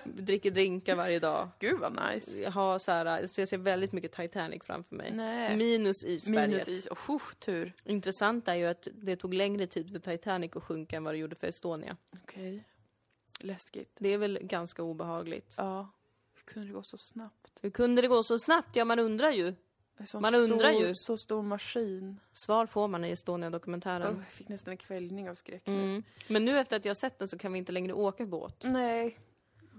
A: Dricker drinkar varje dag.
B: Gud vad nice.
A: Har så här, så jag ser väldigt mycket Titanic framför mig.
B: Nej.
A: Minus isberget.
B: Minus is. Och oh, tur.
A: Intressant är ju att det tog längre tid för Titanic att sjunka än vad det gjorde för Estonia.
B: Okej. Läskigt.
A: Det är väl ganska obehagligt.
B: Ja. Hur kunde det gå så snabbt?
A: Hur kunde det gå så snabbt? Ja, man undrar ju.
B: En sån
A: Man undrar
B: stor,
A: ju.
B: Så stor maskin.
A: Svar får man i Estonia-dokumentären.
B: Oh, jag fick nästan en kvällning av skräck nu.
A: Mm. Men nu efter att jag sett den så kan vi inte längre åka båt.
B: Nej. Mm,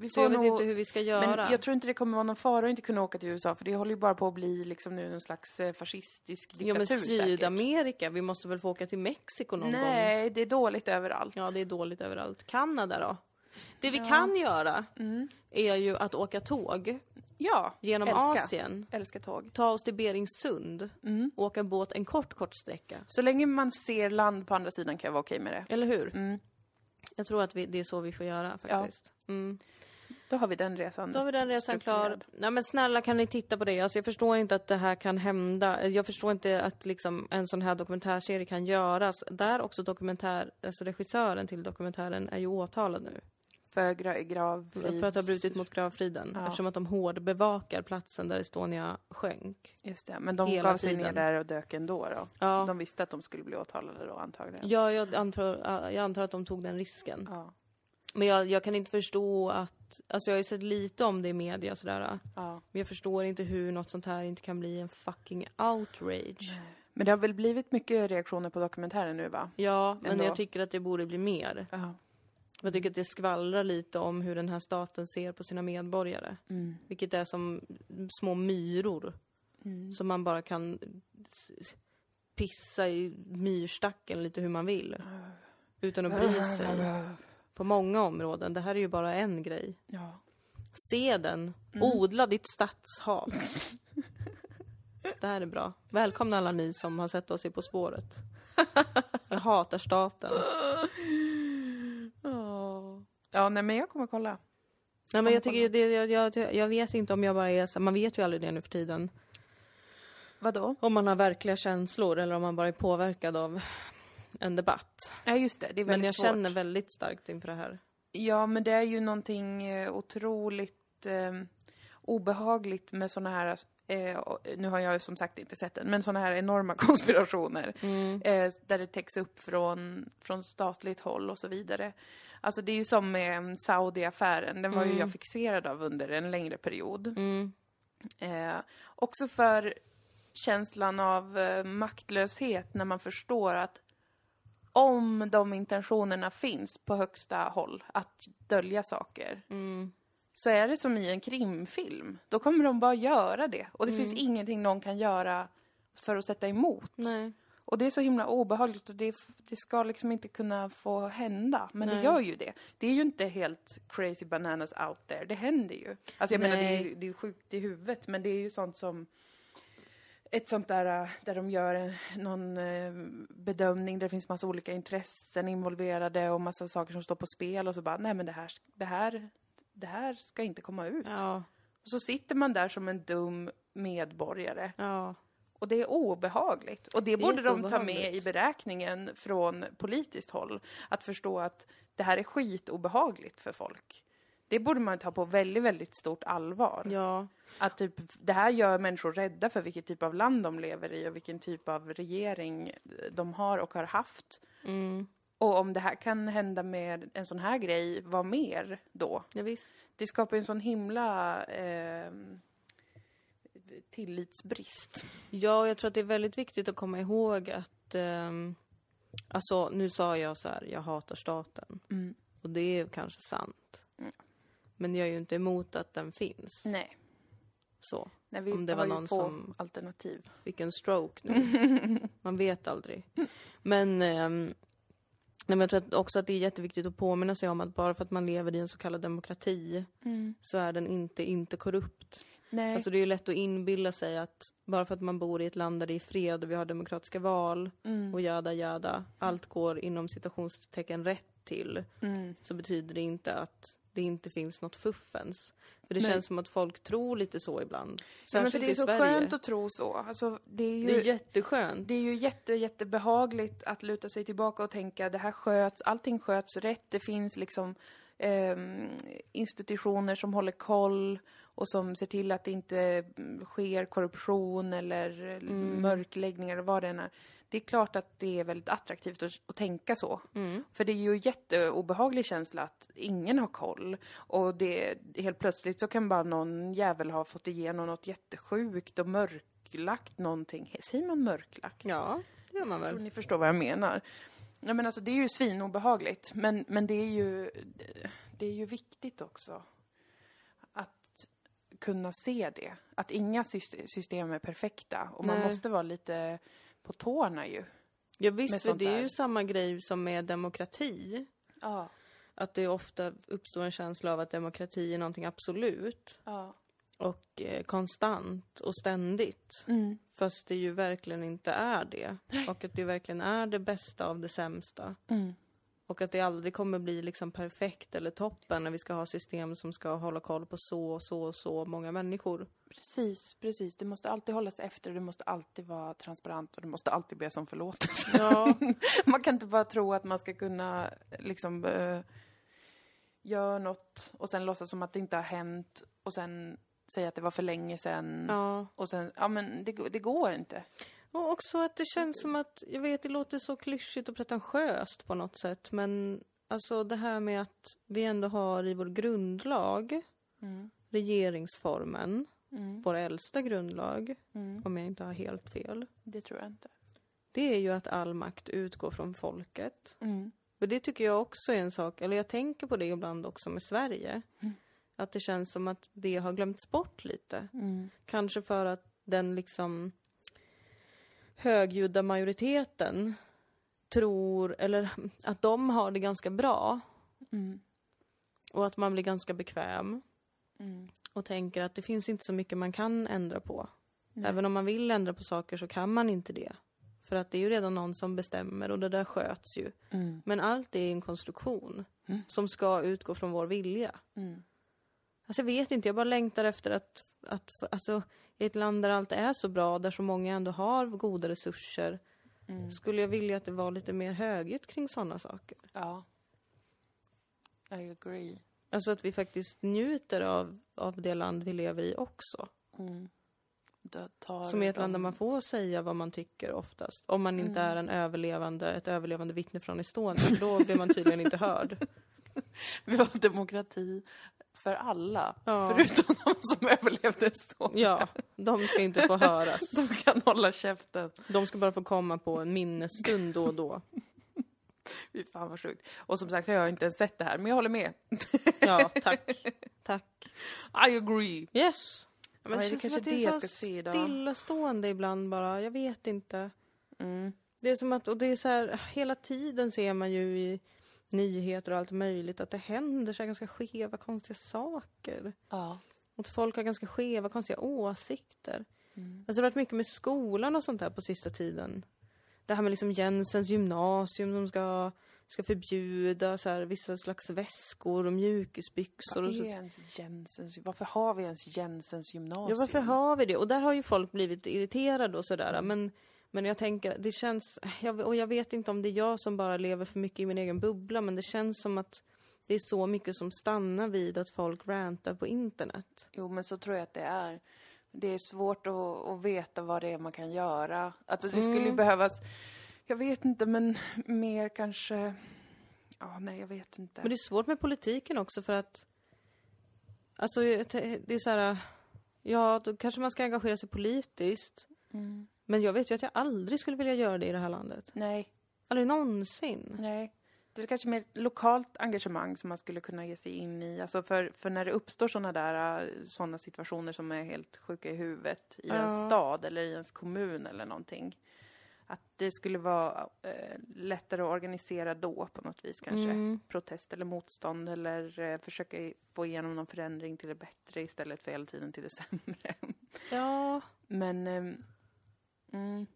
B: Vi
A: Så jag vet inte hur vi ska göra.
B: Men jag tror inte det kommer vara någon fara att inte kunna åka till USA för det håller ju bara på att bli liksom nu någon slags eh, fascistisk diktatur
A: ja, men
B: säkert.
A: Sydamerika, vi måste väl få åka till Mexiko någon gång?
B: Nej, det är dåligt överallt.
A: Ja, det är dåligt överallt. Kanada då? Det vi kan göra
B: Mm.
A: är ju att åka tåg
B: Ja,
A: genom
B: älska.
A: Asien.
B: Älska tåg.
A: Ta oss till Beringsund.
B: Mm.
A: Åka båt en kort, kort sträcka.
B: Så länge man ser land på andra sidan kan jag vara okej med det.
A: Eller hur?
B: Mm.
A: Jag tror att vi, det är så vi får göra faktiskt. Mm.
B: Då har vi den resan.
A: Då har vi den resan klar.
B: Strukturerad.
A: Nej men snälla kan ni titta på det? Alltså, jag förstår inte att det här kan hända. Jag förstår inte att liksom, en sån här dokumentärserie kan göras. Där också dokumentär, alltså regissören till dokumentären är ju åtalad nu.
B: För gra- gravfrids...
A: För att ha brutit mot gravfriden.
B: Ja.
A: Eftersom att de hårdbevakar platsen där Estonia sjönk.
B: Just det, men de
A: hela
B: gav sig
A: tiden.
B: ner där och dök ändå då.
A: Ja.
B: De visste att de skulle bli åtalade då antagligen.
A: Ja, jag antar, jag antar att de tog den risken.
B: Ja.
A: Men jag, jag kan inte förstå att... Alltså jag har ju sett lite om det i media sådär.
B: ja.
A: Men jag förstår inte hur något sånt här inte kan bli en fucking outrage.
B: Men det har väl blivit mycket reaktioner på dokumentären nu va?
A: Ja, men
B: Ändå.
A: jag tycker att det borde bli mer.
B: Ja.
A: Jag tycker att det skvallrar lite om hur den här staten ser på sina medborgare.
B: Mm.
A: Vilket är som små myror. Som man bara kan s- pissa i myrstacken lite hur man vill. Utan att bry sig. På många områden. Det här är ju bara en grej.
B: Ja.
A: Se den. Odla ditt statshat. [LAUGHS] Det här är bra. Välkomna alla ni som har sett oss i På spåret. Jag hatar [LAUGHS] staten.
B: Ja, nej men jag kommer kolla.
A: Nej, men jag, tycker ju det, jag, jag, jag vet inte om jag bara är så, man vet ju aldrig det nu för tiden.
B: Vadå?
A: Om man har verkliga känslor eller om man bara är påverkad av en debatt.
B: Ja, just det. Det är väldigt
A: Men jag
B: svårt.
A: känner väldigt starkt inför det här.
B: Ja, men det är ju någonting eh, otroligt eh, ehm, obehagligt med såna här Eh, och nu har jag ju som sagt inte sett den, men sådana här enorma [LAUGHS] konspirationer eh, där det täcks upp från, från statligt håll och så vidare. Alltså det är ju som med Saudi-affären, den var ju jag fixerad av under en längre period.
A: Mm.
B: Eh, också för känslan av eh, maktlöshet när man förstår att om de intentionerna finns på högsta håll, att dölja saker,
A: Mm.
B: så är det som i en krimfilm. Då kommer de bara göra det. Och det finns ingenting någon kan göra för att sätta emot.
A: Nej.
B: Och det är så himla obehagligt och det, det ska liksom inte kunna få hända. Men det
A: Nej.
B: gör ju det. Det är ju inte helt crazy bananas out there. Det händer ju. Alltså jag menar det är,
A: Nej.
B: ju- det är sjukt i huvudet men det är ju sånt som ett sånt där äh, där de gör en- någon eh, bedömning där det finns massa olika intressen involverade och massa saker som står på spel och så bara nej men det här, det här, det här ska inte komma ut.
A: Ja,
B: Och så sitter man där som en dum medborgare.
A: ja.
B: Och det är obehagligt. Och det, borde de ta med i
A: jätteobehagligt.
B: beräkningen från politiskt håll. Att förstå att det här är skitobehagligt för folk. Det borde man ta på väldigt, väldigt stort allvar.
A: ja.
B: Att typ, det här gör människor rädda för vilket typ av land de lever i och vilken typ av regering de har och har haft. Och om det här kan hända med en sån här grej, vad mer då?
A: ja visst.
B: Det skapar ju en sån himla eh, tillitsbrist.
A: Ja, jag tror att det är väldigt viktigt att komma ihåg att... ehm, alltså, nu sa jag så här, jag hatar staten. Och det är kanske sant. Men jag är ju inte emot att den finns.
B: Nej.
A: Så.
B: Nej, vi
A: Om det
B: har
A: var
B: ju
A: någon
B: få
A: som-
B: alternativ.
A: Vilken stroke nu. Man vet aldrig. Men, ehm, nej, men jag tror att också att det är jätteviktigt att påminna sig om att bara för att man lever i en så kallad demokrati så är den inte inte korrupt.
B: Nej.
A: Alltså det är ju lätt att inbilla sig att bara för att man bor i ett land där det är fred och vi har demokratiska val
B: Mm.
A: och jada jada, allt går inom citationstecken rätt till,
B: Mm.
A: så betyder det inte att det inte finns något fuffens. För det känns som att folk tror lite så ibland.
B: ja, men för
A: Särskilt
B: det är
A: i
B: så
A: Sverige.
B: skönt att tro så. Alltså, det är ju,
A: Det är jätteskönt.
B: det är ju jätte, jättebehagligt att luta sig tillbaka och tänka det här sköts, allting sköts rätt. Det finns liksom ehm, institutioner som håller koll och som ser till att det inte mm, sker korruption eller eh, mörkläggningar eller vad det än är. Det är klart att det är väldigt attraktivt att, att tänka så. För det är ju en jätteobehaglig känsla att ingen har koll. Och det, helt plötsligt så kan bara någon jävel ha fått igenom något jättesjukt och mörklagt någonting. Säger man mörklagt?
A: Ja, det gör man
B: tror
A: väl.
B: ni förstår vad jag menar. Ja, men alltså, det är ju svinobehagligt, men, men det, är ju, det är ju viktigt också att kunna se det. Att inga sys- system är perfekta och man
A: Nej.
B: måste vara lite på tårna ju.
A: Ja,
B: med
A: visst, för
B: sånt
A: det är
B: där.
A: ju samma grej som med demokrati.
B: Ja,
A: Att det ofta uppstår en känsla av att demokrati är någonting absolut
B: ja.
A: och eh, konstant och ständigt. Fast det ju verkligen inte är det. Och att det verkligen är det bästa av det sämsta. Och att det aldrig kommer bli liksom perfekt eller toppen när vi ska ha system som ska hålla koll på så och så och så många människor.
B: Precis, precis. Det måste alltid hållas efter, det måste alltid vara transparent och det måste alltid be om förlåtelse.
A: Ja,
B: [LAUGHS] man kan inte bara tro att man ska kunna liksom eh, göra något och sen låtsas som att det inte har hänt och sen säga att det var för länge sen.
A: ja.
B: Och sen, ja men det, det går inte.
A: Och också att det känns som att, jag vet det låter så klyschigt och pretentiöst på något sätt, men alltså det här med att vi ändå har i vår grundlag, regeringsformen, vår äldsta grundlag, om jag inte har helt fel,
B: Det tror jag inte.
A: det är ju att all makt utgår från folket.
B: Mm,
A: Och det tycker jag också är en sak, eller jag tänker på det ibland också med Sverige. Att det känns som att det har glömts bort lite. Kanske för att den liksom högljudda majoriteten tror, eller att de har det ganska bra.
B: mm,
A: Och att man blir ganska bekväm.
B: mm,
A: Och tänker att det finns inte så mycket man kan ändra på. Även om man vill ändra på saker så kan man inte det. För att det är ju redan någon som bestämmer och det där sköts ju.
B: mm,
A: Men allt är en konstruktion som ska utgå från vår vilja.
B: mm,
A: Alltså jag vet inte, jag bara längtar efter att, att alltså, i ett land där allt är så bra, där så många ändå har goda resurser,
B: mm.
A: skulle jag vilja att det var lite mer högljutt kring sådana saker.
B: Ja. I agree.
A: Alltså att vi faktiskt njuter av, av det land vi lever i också.
B: Mm. då tar
A: Som är Mm. ett
B: de-
A: land där man får säga vad man tycker oftast. Om man inte är en överlevande, ett överlevande vittne från Estonia. för Då blir man tydligen inte [LAUGHS] hörd.
B: [LAUGHS] Vi har demokrati för alla,
A: Ja.
B: förutom [LAUGHS] de som överlevde Estonia.
A: Ja, de ska inte få höras.
B: De kan hålla käften.
A: De ska bara få komma på en minnesstund då och då.
B: Fy fan vad sjukt. Och som sagt, jag har inte ens sett det här, men jag håller med.
A: Ja, tack. Tack.
B: I agree!
A: Yes. Ja,
B: Ja, det
A: känns
B: kanske
A: som att
B: det
A: är
B: jag
A: så
B: ska se idag.
A: stillastående ibland bara. Jag vet inte. Det är som att, och det är så här, hela tiden ser man ju i nyheter och allt möjligt att det händer så här ganska skeva, konstiga saker.
B: Ja.
A: Och att folk har ganska skeva, konstiga åsikter. Alltså det har varit mycket med skolan och sånt där på sista tiden. Det här med liksom Jensens gymnasium som ska, ska förbjuda så här, vissa slags väskor och mjukisbyxor.
B: Vad
A: Och så.
B: är ens Jensens, varför har vi ens Jensens gymnasium?
A: Ja, varför har vi det? Och där har ju folk blivit irriterade och sådär. Men, men jag tänker, det känns, jag, och jag vet inte om det är jag som bara lever för mycket i min egen bubbla, men det känns som att det är så mycket som stannar vid att folk rantar på internet.
B: Jo, men så tror jag att det är. Det är svårt att, att veta vad det är man kan göra. Alltså, det
A: Mm.
B: skulle ju behövas, jag vet inte, men mer kanske... Ja, nej, jag vet inte.
A: Men det är svårt med politiken också för att... Alltså, jag t- det är så här... Ja, då kanske man ska engagera sig politiskt. Men jag vet ju att jag aldrig skulle vilja göra det i det här landet.
B: Mm. Nej,
A: Aldrig någonsin.
B: nej. Det är väl kanske mer lokalt engagemang som man skulle kunna ge sig in i. Alltså för, för när det uppstår sådana där äh, såna situationer som är helt sjuka i huvudet i en
A: Ja.
B: stad eller i ens kommun eller någonting. Att det skulle vara eh, lättare att organisera då på något vis kanske.
A: Mm.
B: Protest eller motstånd eller eh, försöka i- få igenom någon förändring till det bättre istället för hela tiden till det [LAUGHS] sämre.
A: Ja,
B: Men, ehm, mm,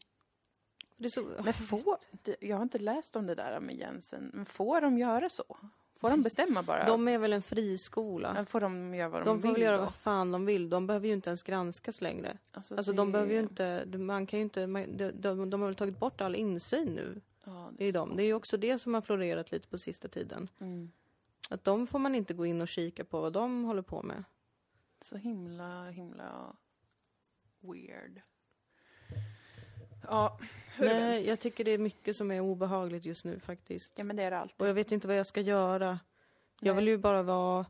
A: det är så...
B: men får, det- jag har inte läst om det där med Jensen, men får de göra så? Får de bestämma bara?
A: De är väl en friskola?
B: Men får de göra vad de,
A: De får väl
B: vill
A: göra
B: då?
A: vad fan de vill. De behöver ju inte ens granskas längre. Alltså de
B: det-
A: behöver ju inte, man kan ju inte, man, de, de, de har väl tagit bort all insyn nu
B: Ja, det är
A: i dem. Det är ju också det som har florerat lite på sista tiden.
B: Mm.
A: Att de får man inte gå in och kika på vad de håller på med.
B: så himla, himla weird. Ja, hur
A: Nej,
B: Nej,
A: jag tycker det är mycket som är obehagligt just nu faktiskt.
B: Ja, men det är det alltid.
A: Och jag vet inte vad jag ska göra. Jag
B: Nej.
A: vill ju bara vara...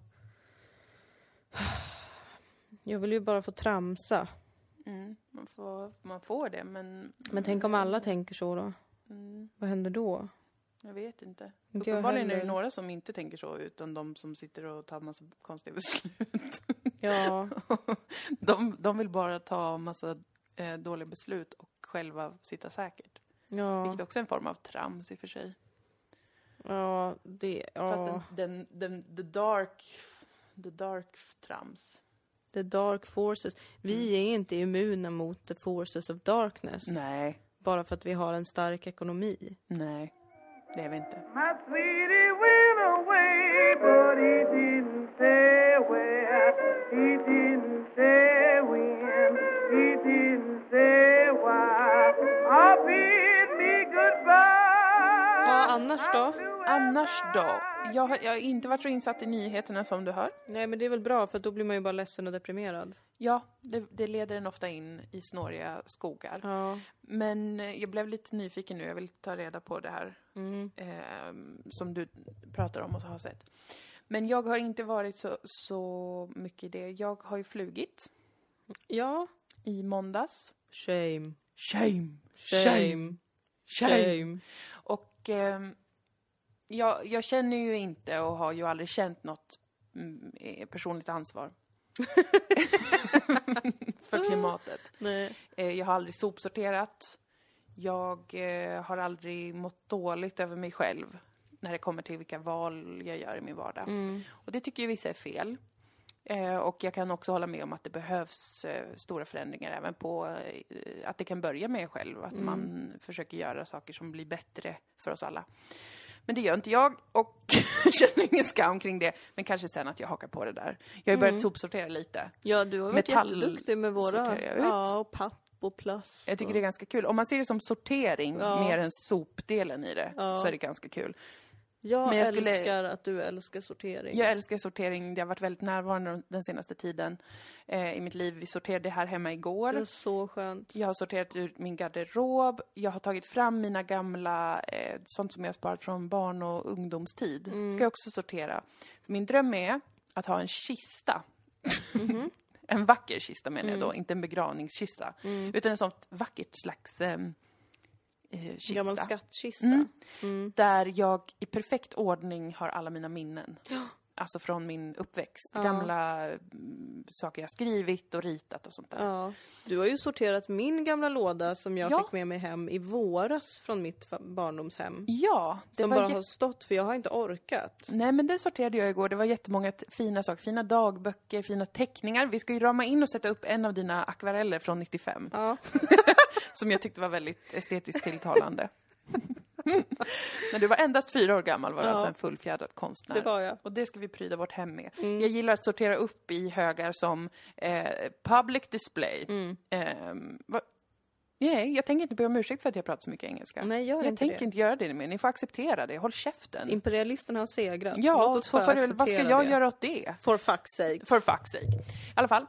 A: [SIGHS] Jag vill ju bara få tramsa.
B: Mm, man, får, man får det, men...
A: Men tänk om alla tänker så då?
B: Mm,
A: Vad händer då?
B: jag vet inte.
A: Inte jag
B: Uppenbarligen är det
A: heller.
B: några som inte tänker så, utan de som sitter och tar massa konstiga [LAUGHS] beslut. [LAUGHS]
A: Ja,
B: De, de vill bara ta massa eh, dåliga beslut och själva sitta säkert.
A: ja,
B: Vilket också är en form av trams i och för sig.
A: ja, det,
B: Fast
A: ja.
B: den, den, den, the dark, the dark trams.
A: The dark forces. Vi är inte immuna mot the forces of darkness.
B: Mm. Nej,
A: Bara för att vi har en stark ekonomi.
B: nej, det är vi inte.
C: My sweetie went away, but he didn't say where. He didn't say when. He didn't say why. I bid me goodbye.
A: Ja, annars då?
B: Annars då? Jag har, jag har inte varit så insatt i nyheterna som du hör.
A: Nej, men det är väl bra för då blir man ju bara ledsen och deprimerad.
B: Ja, det, det leder en ofta in i snåriga skogar.
A: Ja.
B: Men eh, jag blev lite nyfiken nu, jag vill ta reda på det här
A: Mm.
B: eh, som du pratar om och har sett. Men jag har inte varit så, så mycket i det. Jag har ju flugit
A: Ja.
B: i måndags.
A: Shame.
B: Shame!
A: Shame. Shame.
B: Och ehm, jag, jag känner ju inte och har ju aldrig känt något mm, eh,
A: [LAUGHS]
B: personligt ansvar för klimatet.
A: Nej.
B: Eh, jag har aldrig sopsorterat. Jag eh, har aldrig mått dåligt över mig själv när det kommer till vilka val jag gör i min vardag. Och det tycker ju vissa är fel. Eh, och jag kan också hålla med om att det behövs eh, stora förändringar även på eh, att det kan börja med en själv. Att man försöker göra saker som blir bättre för oss alla. Men det gör inte jag och [LAUGHS] känner ingen skam kring det. Men kanske sen att jag hakar på det där. Jag har ju börjat sopsortera lite.
A: Ja, du har varit
B: Metall
A: jätteduktig med våra...
B: sorterar jag ut. Eh,
A: Ja, och papp och plast.
B: Jag tycker det är ganska kul. Om man ser det som sortering
A: Ja.
B: mer än sopdelen i det
A: Ja.
B: så är det ganska kul.
A: Jag,
B: Men jag skulle-
A: älskar att du älskar sortering.
B: Jag älskar sortering, det har varit väldigt närvarande de- den senaste tiden eh, i mitt liv. Vi sorterade här hemma igår.
A: det är så skönt.
B: Jag har sorterat ut min garderob, jag har tagit fram mina gamla, eh, sånt som jag har sparat från barn och ungdomstid.
A: Mm.
B: Ska jag också sortera. Min dröm är att ha en kista.
A: Mhm.
B: [LAUGHS] en vacker kista menar
A: Mm.
B: jag då, inte en begravningskista. Utan en sånt vackert slags eh, eh, kista.
A: Gammal skattkista.
B: Mm. Där jag i perfekt ordning har alla mina minnen. Alltså från min uppväxt. Gamla mm, saker jag skrivit och ritat och sånt där.
A: Ja. Du har ju sorterat min gamla låda som jag
B: Ja.
A: fick med mig hem i våras från mitt fa- barndomshem.
B: Ja, det
A: Som
B: var
A: bara
B: jätte-
A: har stått för jag har inte orkat.
B: Nej, men det sorterade jag igår. Det var jättemånga t- fina saker. Fina dagböcker, fina teckningar. Vi ska ju rama in och sätta upp en av dina akvareller från 95.
A: Ja.
B: Som jag tyckte var väldigt
A: [LAUGHS]
B: estetiskt tilltalande. [LAUGHS] men du var endast fyra år gammal, var du
A: Ja.
B: alltså en fullfjädrad konstnär.
A: Det var jag.
B: Och det ska vi pryda vårt hem med.
A: Mm.
B: Jag gillar att sortera upp i högar som eh, public display.
A: Mm.
B: Ehm, vad- Nej, jag tänker inte be om ursäkt för att jag pratar så mycket engelska.
A: Nej, gör
B: jag
A: inte
B: tänker
A: det.
B: inte göra det mer. Ni får acceptera det. Håll käften.
A: Imperialisterna har segrat. Låt
B: Ja,
A: oss
B: så
A: bara
B: får du, väl- vad ska
A: acceptera
B: jag
A: det.
B: göra åt det?
A: For fuck's sake.
B: For fuck's sake. I alla fall.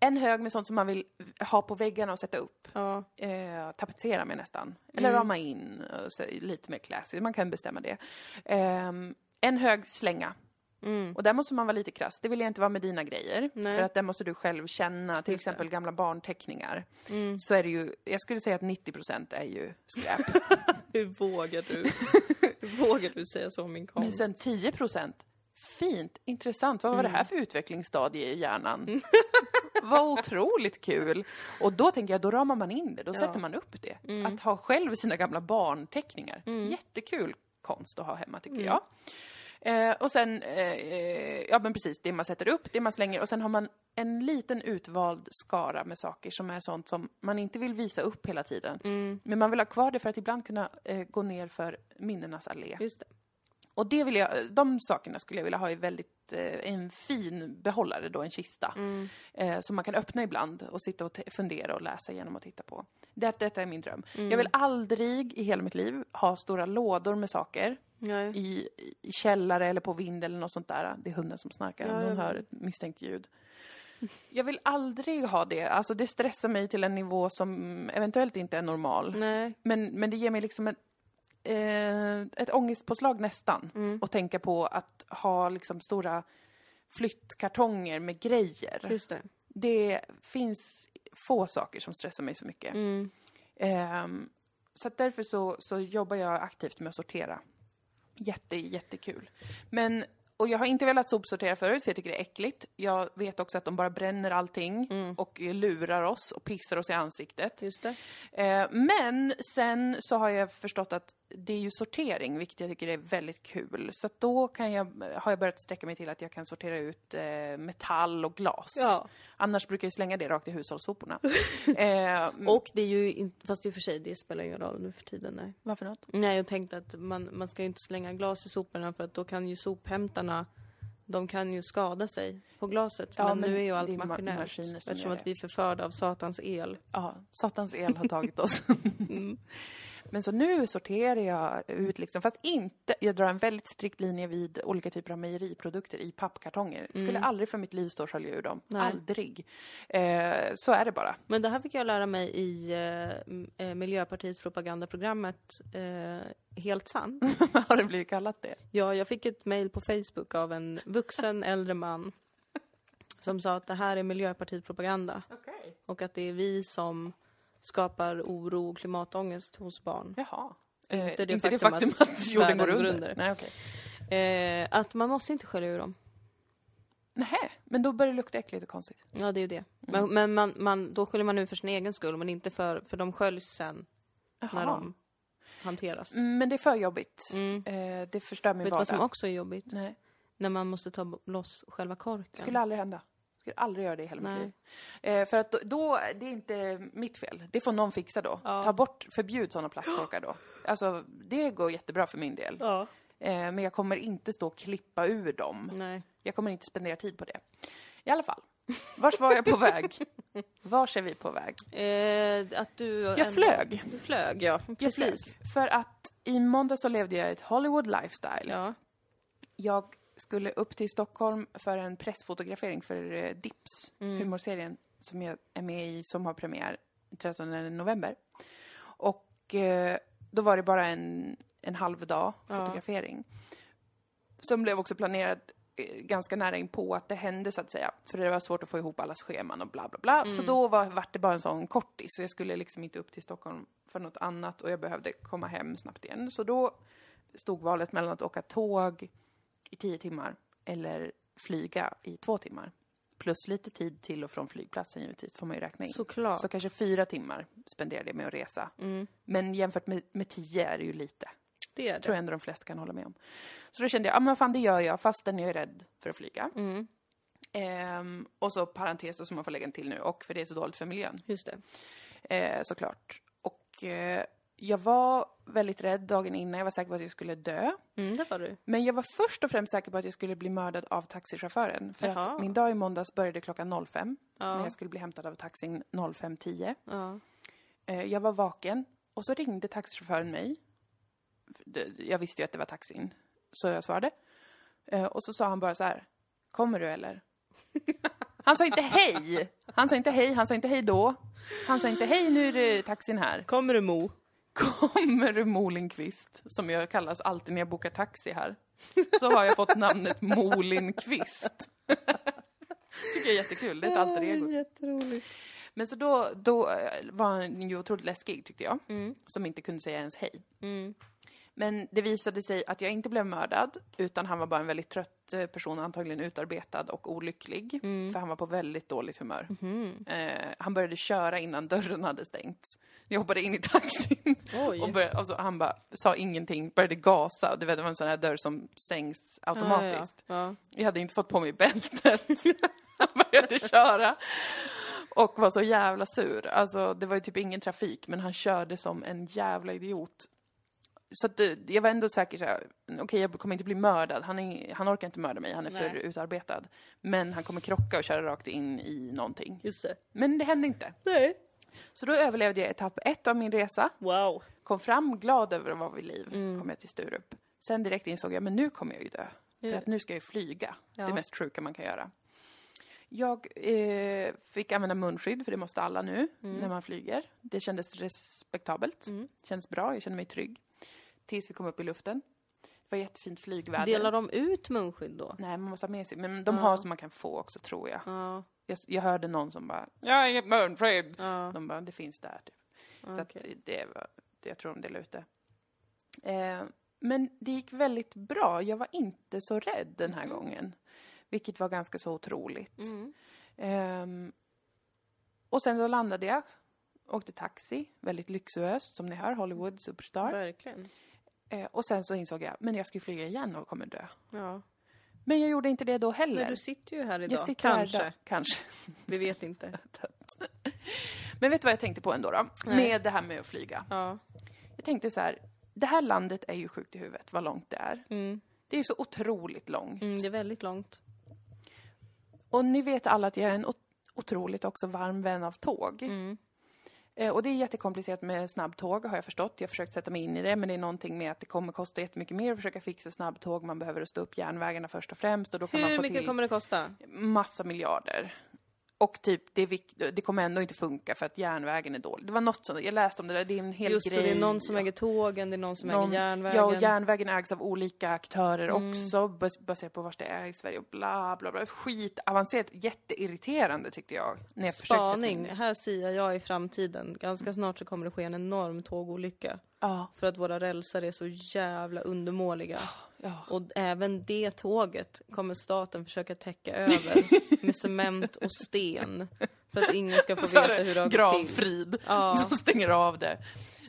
B: En hög med sånt som man vill ha på väggarna och sätta upp.
A: Ja.
B: Eh, tapetsera med nästan. Eller
A: Mm.
B: rama in. Och så, lite mer classy. Man kan bestämma det. Ehm, en hög slänga.
A: mm.
B: Och där måste man vara lite krass. Det vill jag inte vara med dina grejer.
A: Nej.
B: För att där måste du själv känna. Till
A: Just det. Mm.
B: exempel gamla barnteckningar. Så är det ju, jag skulle säga att 90% är ju skräp.
A: Hur vågar [LAUGHS] du? Hur vågar du säga så om min konst?
B: Men sen 10 procent. Fint, intressant. Vad var det här för utvecklingsstadie i hjärnan? [LAUGHS] Vad otroligt kul! Och då tänker jag, då ramar man in det, då sätter man upp det. Att ha själv sina gamla barnteckningar. Jättekul konst att ha hemma tycker jag. Eh, och sen, eh, eh, ja men precis, det man sätter upp, det man slänger och sen har man en liten utvald skara med saker som är sånt som man inte vill visa upp hela tiden.
A: Mm.
B: Men man vill ha kvar det för att ibland kunna eh, gå ner för minnenas allé.
A: Just det.
B: Och det vill jag, de sakerna skulle jag vilja ha i väldigt, eh, en fin behållare då, en kista.
A: Mm.
B: Eh, som man kan öppna ibland och sitta och te- fundera och läsa igenom och titta på. Det, detta är min dröm.
A: Mm.
B: Jag vill aldrig i hela mitt liv ha stora lådor med saker
A: Nej.
B: i, i källare eller på vind eller något sånt där. Det är hunden som snarkar om
A: Ja, jag
B: hon hör ett misstänkt ljud. Jag vill aldrig ha det. Alltså det stressar mig till en nivå som eventuellt inte är normal.
A: Nej.
B: Men, men det ger mig liksom ett, eh, ett ångestpåslag nästan. Att tänka på att ha liksom stora flyttkartonger med grejer.
A: Just det.
B: Det finns få saker som stressar mig så mycket.
A: Mm.
B: Ehm, så att därför så, så jobbar jag aktivt med att sortera. Jätte, jättekul. Men, och jag har inte velat sopsortera förut för jag tycker det är äckligt. Jag vet också att de bara bränner allting och eh, lurar oss och pissar oss i ansiktet.
A: Just det.
B: Eh, Men sen så har jag förstått att det är ju sortering, vilket jag tycker är väldigt kul. Så att då kan jag, har jag börjat sträcka mig till att jag kan sortera ut eh, metall och glas.
A: Ja.
B: Annars brukar jag slänga det rakt
A: [LAUGHS]
B: i hushållssoporna. eh,
A: Och det är ju inte, fast i och för sig det spelar ingen roll nu för tiden nej.
B: varför något?
A: Nej jag tänkte att man, man ska ju inte slänga glas i soporna för att då kan ju sophämtarna, de kan ju skada sig på glaset.
B: Ja,
A: men,
B: men
A: nu är ju
B: det
A: allt
B: är ma-
A: maskinellt.
B: maskiner som
A: eftersom
B: gör
A: att vi
B: det.
A: är förförda av satans el.
B: Ja, satans el har tagit oss.
A: [LAUGHS] Mm.
B: Men så nu sorterar jag ut, liksom, fast inte, jag drar en väldigt strikt linje vid olika typer av mejeriprodukter i pappkartonger. Skulle aldrig för mitt liv stå och skölja ur dem.
A: Mm. Nej.
B: Aldrig. Eh, så är det bara.
A: Men det här fick jag lära mig i eh, m- eh, Miljöpartiets propagandaprogrammet eh, Helt sant.
B: [LAUGHS] Har det blivit kallat det?
A: Ja, jag fick ett mejl på Facebook av en vuxen äldre man som sa att det här är Miljöpartiet-propaganda
B: Okej.
A: och att det är vi som skapar oro och klimatångest hos barn.
B: Jaha.
A: Inte
B: Eh,
A: det
B: inte det
A: faktum
B: faktum
A: att [LAUGHS]
B: att,
A: världen
B: jorden går
A: går
B: under.
A: under.
B: Nej, okej.
A: Eh, att man måste inte skölja ur dem.
B: Nähä, men då börjar det lukta äckligt och konstigt.
A: Ja, det är ju det. Men, men man, man, då sköljer man ur för sin egen skull, men inte för, för de sköljs sen när de hanteras.
B: Men det är för jobbigt.
A: Mm.
B: Eh, det förstör
A: Vet
B: min
A: du
B: Mm. vardag.
A: vad som också är jobbigt?
B: Nej,
A: När man måste ta b- loss själva
B: det
A: korken.
B: skulle aldrig hända. Jag skulle aldrig göra det i hela mitt
A: Nej.
B: liv. Eh, för att då, då, det är inte mitt fel. Det får någon fixa då.
A: Ja.
B: Ta bort, förbjud sådana
A: [GASPS]
B: plastkorkar då. Alltså, det går jättebra för min del.
A: Ja.
B: Eh, men jag kommer inte stå och klippa ur dem.
A: Nej.
B: Jag kommer inte spendera tid på det. I alla fall. Vart var jag på väg? Vars är vi på väg?
A: Eh, att du...
B: Jag flög.
A: Du flög, ja.
B: Jag flög.
A: Precis.
B: För att i måndag så levde jag ett Hollywood lifestyle.
A: Ja.
B: Jag skulle upp till Stockholm för en pressfotografering för eh, Dips,
A: Mm.
B: humorserien som jag är med i, som har premiär 13 november. Och eh, då var det bara en, en halv dag fotografering. Som blev också planerad eh, ganska nära in på att det hände så att säga. För det var svårt att få ihop allas scheman och bla bla bla. Så då var, vart det bara en sån kortis. Så jag skulle liksom inte upp till Stockholm för något annat och jag behövde komma hem snabbt igen. Så då stod valet mellan att åka tåg i tio timmar eller flyga i två timmar. Plus lite tid till och från flygplatsen givetvis, får man ju räkna in.
A: Såklart. Mm.
B: Så kanske fyra timmar spenderade jag med att resa. Men jämfört med, med tio är det ju lite.
A: Det är det.
B: Tror jag ändå de flesta kan hålla med om. Så då kände jag, ja ah, men fan det gör jag fastän jag är rädd för att flyga.
A: Mm.
B: Ehm, och så parenteser som man får lägga en till nu, och för det är så dåligt för miljön
A: Just det.
B: eh, såklart. Och eh, jag var väldigt rädd dagen innan, jag var säker på att jag skulle dö.
A: Mm, det var du.
B: Men jag var först och främst säker på att jag skulle bli mördad av taxichauffören. För
A: Jaha.
B: att min dag i måndags började klockan 05. När jag skulle bli hämtad av taxin 05.10.
A: Ja.
B: Eh, jag var vaken och så ringde taxichauffören mig. För det- Jag visste ju att det var taxin. Så jag svarade. Eh, och så sa han bara så här. Kommer du eller? Han sa inte hej! Han sa inte hej, han sa inte hej då. Han sa inte hej, nu är det taxin här.
A: Kommer du Mo?
B: Kommer du Mo Lindqvist, som jag kallas alltid när jag bokar taxi här, så har jag fått namnet Mo Lindqvist. [LAUGHS] tycker jag är jättekul, det är ett alter ego.
A: Jätteroligt.
B: Men så då, då eh, var han ju otroligt läskig tyckte jag,
A: Mm.
B: som inte kunde säga ens hej. Men det visade sig att jag inte blev mördad, utan han var bara en väldigt trött eh, person, antagligen utarbetad och olycklig.
A: Mm.
B: För han var på väldigt dåligt humör. Eh, han började köra innan dörren hade stängts. Jag hoppade in i taxin.
A: Oj.
B: Och, började, och så han bara sa ingenting, började gasa. Du vet, det var en sån här dörr som stängs automatiskt.
A: Ja,
B: Jag hade inte fått på mig bältet. [LAUGHS] Han började köra. Och var så jävla sur. Alltså, det var ju typ ingen trafik, men han körde som en jävla idiot. Så att, eh, jag var ändå säker såhär, okej jag kommer inte bli mördad, han, är, han orkar inte mörda mig, han är för
A: Nej.
B: utarbetad. Men han kommer krocka och köra rakt in i någonting.
A: just det.
B: Men det hände inte.
A: Nej.
B: Så då överlevde jag etapp ett av min resa
A: Wow.
B: kom fram glad över att vara vid liv, kom jag till Sturup. Sen direkt insåg jag, men nu kommer jag ju dö. För att nu ska jag ju flyga. Det mest sjuka man kan göra. Jag eh, fick använda munskydd, för det måste alla nu
A: Mm.
B: när man flyger. Det kändes respektabelt. Kändes bra, jag kände mig trygg. Tills vi kom upp i luften. Det var jättefint flygväder.
A: Delar de ut munskydd då?
B: Nej, man måste ha med sig. Men de har som man kan få också, tror jag.
A: Ja.
B: Jag, jag hörde någon som bara “Jag har inget munskydd”. De bara “Det finns där”. Typ. Så
A: okej.
B: att det var, det, jag tror de delade ut det. Eh, men det gick väldigt bra. Jag var inte så rädd den
A: Mhm.
B: här gången. Vilket var ganska så otroligt.
A: Mm.
B: Ehm, och sen så landade jag. Åkte taxi, väldigt lyxuöst som ni hör, Hollywood Superstar.
A: Verkligen.
B: Eh, och sen så insåg jag, men jag ska ju flyga igen och kommer dö.
A: Ja.
B: Men jag gjorde inte det då heller.
A: Men du sitter ju här idag.
B: jag sitter här
A: Kanske.
B: idag. Kanske.
A: Vi vet inte.
B: Men vet du vad jag tänkte på ändå då?
A: Nej.
B: Med det här med att flyga.
A: Ja.
B: Jag tänkte så här, det här landet är ju sjukt i huvudet vad långt det är.
A: Mm.
B: Det är ju så otroligt långt.
A: Mm, det är väldigt långt.
B: Och ni vet alla att jag är en ot- otroligt också varm vän av tåg.
A: Mm.
B: Eh, Och det är jättekomplicerat med snabbtåg har jag förstått. Jag har försökt sätta mig in i det men det är någonting med att det kommer kosta jättemycket mer att försöka fixa snabbtåg. Man behöver rusta upp järnvägarna först och främst och då kan man
A: Hur
B: få
A: mycket
B: till
A: kommer det kosta?
B: massa miljarder. Och typ, det, är vik- det kommer ändå inte funka för att järnvägen är dålig. Det var något sånt, jag läste om det där, det är en hel
A: Just det,
B: grej.
A: det är någon som äger tågen, det är någon som
B: Någon-
A: äger järnvägen. Mm.
B: Ja, och järnvägen ägs av olika aktörer också bas- baserat på var det är i Sverige och bla bla bla. Skitavancerat, jätteirriterande tyckte jag. När jag försökte sätta mig in
A: Spaning.
B: i det.
A: Här säger jag i framtiden. Ganska snart så kommer det ske en enorm tågolycka.
B: Ja,
A: För att våra rälsar är så jävla undermåliga.
B: ja.
A: Och även det tåget kommer staten försöka täcka
B: [LAUGHS]
A: över med cement och sten. För att ingen ska få
B: Så är
A: veta hur det
B: det
A: har gått till.
B: gravfrid.
A: Ja.
B: [LAUGHS] De stänger av det,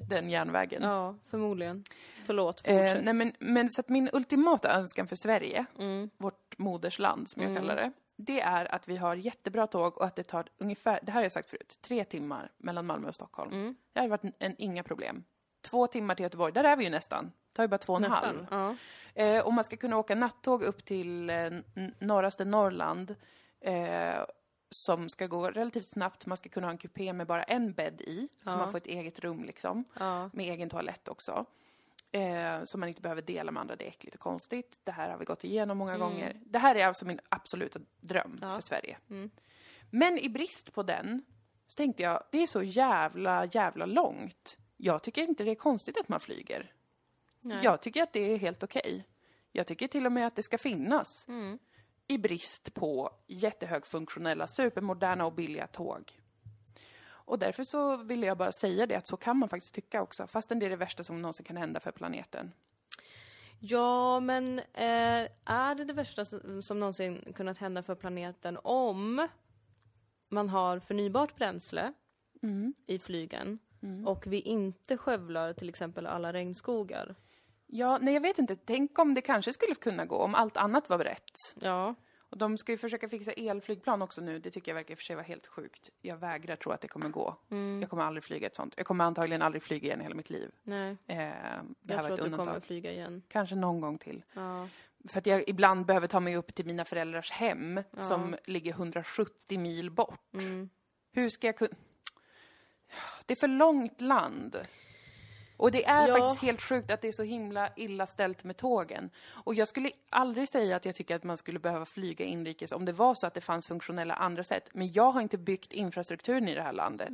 B: den järnvägen.
A: Ja, förmodligen. Förlåt, fortsätt.
B: Eh, nej men, men så att min ultimata önskan för Sverige,
A: Mm.
B: vårt modersland som jag kallar det, det är att vi har jättebra tåg och att det tar ungefär, det här har jag sagt förut, tre timmar mellan Malmö och Stockholm.
A: Mm.
B: Det hade varit en, en, inga problem. Två timmar till Göteborg, där är vi ju nästan. Det tar ju bara två och en halv.
A: Nästan. Ja.
B: Eh, och man ska kunna åka nattåg upp till eh, n- norraste Norrland eh, som ska gå relativt snabbt. Man ska kunna ha en kupé med bara en bädd i,
A: Ja.
B: så man får ett eget rum liksom.
A: Ja.
B: Med egen toalett också. Eh, så man inte behöver dela med andra, det är äckligt och konstigt. Det här har vi gått igenom många gånger. Det här är alltså min absoluta dröm för Sverige. Men i brist på den, så tänkte jag, det är så jävla, jävla långt. Jag tycker inte det är konstigt att man flyger. Jag tycker att det är helt okej. Jag tycker till och med att det ska finnas.
A: Mm.
B: I brist på jättehögfunktionella, supermoderna och billiga tåg. Och därför så ville jag bara säga det, att så kan man faktiskt tycka också. Fastän det är det värsta som någonsin kan hända för planeten.
A: Ja, men eh, är det det värsta som, som någonsin kunnat hända för planeten om man har förnybart bränsle
B: Mm.
A: i flygen och vi inte skövlar till exempel alla regnskogar?
B: Ja, nej jag vet inte. Tänk om det kanske skulle kunna gå, om allt annat var rätt.
A: Ja,
B: Och de ska ju försöka fixa elflygplan också nu. Det tycker jag verkar i och för sig vara helt sjukt. Jag vägrar tro att det kommer gå.
A: Mm.
B: Jag kommer aldrig flyga ett sånt. Jag kommer antagligen aldrig flyga igen i hela mitt liv.
A: nej.
B: Eh, det
A: Jag
B: här var
A: tror
B: ett
A: att du kommer
B: undantag.
A: att flyga igen.
B: Kanske någon gång till.
A: Ja.
B: För att jag ibland behöver ta mig upp till mina föräldrars hem som ligger 170 mil bort.
A: Mm.
B: Hur ska jag kunna... Det är för långt land. Och det är
A: Ja.
B: faktiskt helt sjukt att det är så himla illa ställt med tågen. Och jag skulle aldrig säga att jag tycker att man skulle behöva flyga inrikes om det var så att det fanns funktionella andra sätt. Men jag har inte byggt infrastrukturen i det här landet.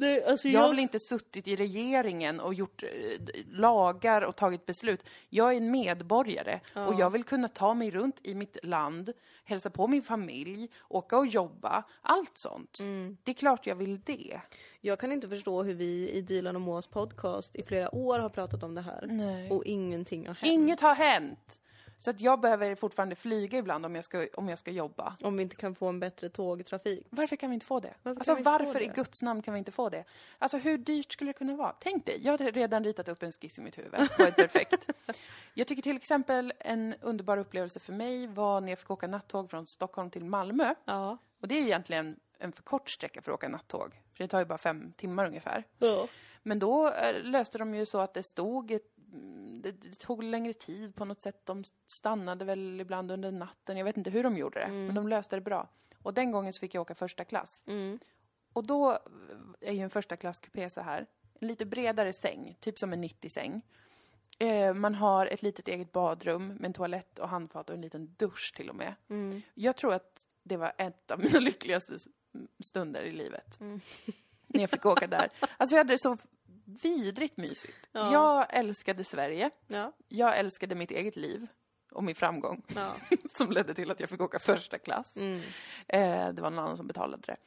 B: Jag har väl inte suttit i regeringen och gjort eh, d- lagar och tagit beslut. Jag är en medborgare och jag vill kunna ta mig runt i mitt land, hälsa på min familj, åka och jobba, allt sånt. Det är klart jag vill det.
A: Jag kan inte förstå hur vi i Dilan och Moas podcast i flera år har pratat om det här och ingenting har hänt.
B: Inget har hänt! Så att jag behöver fortfarande flyga ibland om jag ska, om jag ska jobba.
A: Om vi inte kan få en bättre tågtrafik.
B: Varför kan vi inte få det?
A: Varför kan
B: alltså
A: vi inte få
B: varför i
A: det?
B: guds namn kan vi inte få det? Alltså hur dyrt skulle det kunna vara? Tänk dig, jag hade redan ritat upp en skiss i mitt huvud på
A: [LAUGHS]
B: ett perfekt. jag tycker till exempel en underbar upplevelse för mig var när jag fick åka nattåg från Stockholm till Malmö.
A: Ja.
B: Och det är egentligen en för kort sträcka för att åka nattåg. För det tar ju bara fem timmar ungefär.
A: ja.
B: Men då eh, löste de ju så att det stod ett, mm, det, det tog längre tid på något sätt. De stannade väl ibland under natten. Jag vet inte hur de gjorde det, men de löste det bra. Och den gången så fick jag åka första klass. Och då eh, är ju en första klasskupé så här. En lite bredare säng, typ som en 90-säng. Eh, man har ett litet eget badrum med en toalett och handfat och en liten dusch till och med. Jag tror att det var ett av mina [LAUGHS] lyckligaste s- stunder i livet. När jag fick åka där. Alltså jag hade det så vidrigt mysigt.
A: Ja.
B: Jag älskade Sverige.
A: Ja.
B: Jag älskade mitt eget liv och min framgång [LAUGHS]
A: Ja.
B: som ledde till att jag fick åka första klass. Eh, det var någon annan som betalade det.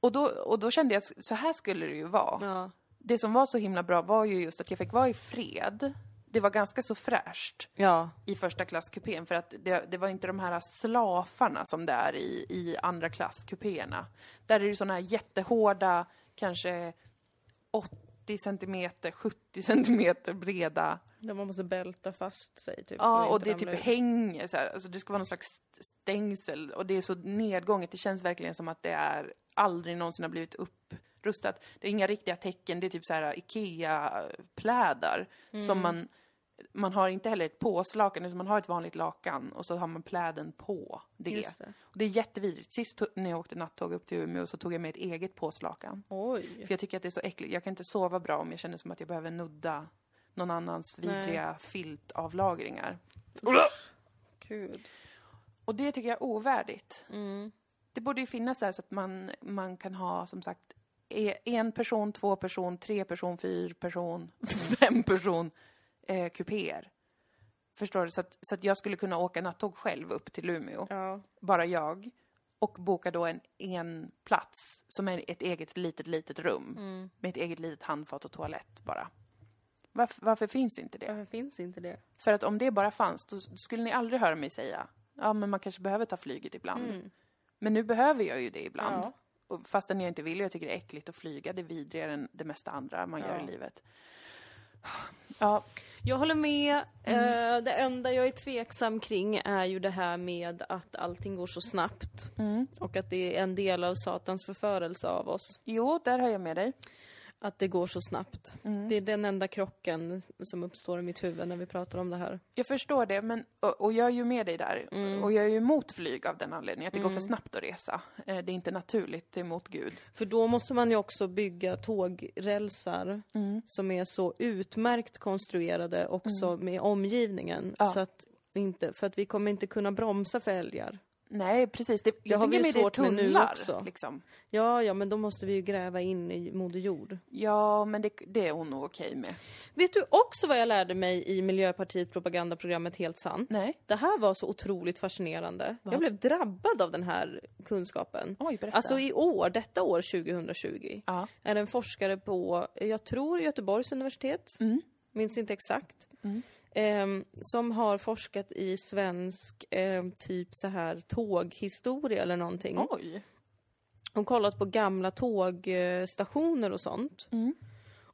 B: Och då, och då kände jag att så här skulle det ju vara.
A: ja.
B: Det som var så himla bra var ju just att jag fick vara i fred. Det var ganska så fräscht
A: ja.
B: i första klasskupén för att det, det var inte de här slafarna som det är i, i andra klasskupéerna. Där är det ju sådana här jättehårda, kanske 80 centimeter, 70 centimeter breda
A: Där man måste bälta fast sig typ. för
B: Ja,
A: att
B: och
A: inte
B: det typ
A: ramla ur.
B: hänger så här. Alltså det ska vara någon slags st- stängsel och det är så nedgånget. Det känns verkligen som att det är aldrig någonsin har blivit upprustat. Det är inga riktiga tecken. Det är typ så här IKEA-plädar
A: Mm.
B: som man... Man har inte heller ett påslakan utan man har ett vanligt lakan och så har man pläden på det.
A: Just det.
B: Och det är jättevidrigt. Sist to- när jag åkte nattåg upp till Umeå så tog jag med ett eget påslakan.
A: Oj.
B: För jag tycker att det är så äckligt. Jag kan inte sova bra om jag känner som att jag behöver nudda någon annans
A: Nej.
B: vidriga filtavlagringar.
A: Gud.
B: Och det tycker jag är ovärdigt. Det borde ju finnas så, här så att man, man kan ha som sagt e- en person, två person, tre person, fyra person, [LAUGHS] fem person eh, kupéer. Förstår du? Så att, så att jag skulle kunna åka nattåg själv upp till Umeå,
A: Ja.
B: bara jag. Och boka då en, en plats som är ett eget litet, litet rum. Med ett eget litet handfat och toalett bara. Varför, varför finns inte det?
A: Varför finns inte det?
B: För att om det bara fanns, då skulle ni aldrig höra mig säga ja, men man kanske behöver ta flyget ibland. Men nu behöver jag ju det ibland.
A: Mm. Ja.
B: Och fastän jag inte vill, jag tycker det är äckligt att flyga, det är vidrigare än det mesta andra man gör i
A: Ja.
B: livet. Ja,
A: Jag håller med.
B: Mm.
A: Eh, det enda jag är tveksam kring är ju det här med att allting går så
B: Mm.
A: snabbt. Och att det är en del av Satans förförelse av oss.
B: jo, där har jag med dig.
A: Att det går så snabbt.
B: Mm.
A: Det är den enda krocken som uppstår i mitt huvud när vi pratar om det här.
B: Jag förstår det, men, och, och jag är ju med dig där.
A: Mm.
B: Och jag är ju emot flyg av den anledningen, att det går för snabbt att resa. Eh, Det är inte naturligt emot Gud.
A: För då måste man ju också bygga tågrälsar
B: Mm.
A: som är så utmärkt konstruerade också med omgivningen.
B: Mm. Ja.
A: Så att inte, för att vi kommer inte kunna bromsa för älgar.
B: Nej, precis. Det, jag
A: har
B: tänker
A: vi
B: mig det är
A: svårt med nu
B: tunnlar,
A: också.
B: Liksom.
A: Ja, ja, men då måste vi ju gräva in i Moder Jord.
B: Ja, men det, det är hon nog okej med.
A: Vet du också vad jag lärde mig i Miljöpartiet propagandaprogrammet Helt sant?
B: Nej.
A: Det här var så otroligt fascinerande. Jag blev drabbad av den här kunskapen.
B: Oj, berätta.
A: Alltså i år, detta år 2020,
B: Ja.
A: är en forskare på, jag tror Göteborgs universitet, minns inte exakt, ehm, som har forskat i svensk ehm, typ så här tåghistoria eller någonting.
B: Oj.
A: Och kollat på gamla tågstationer och sånt.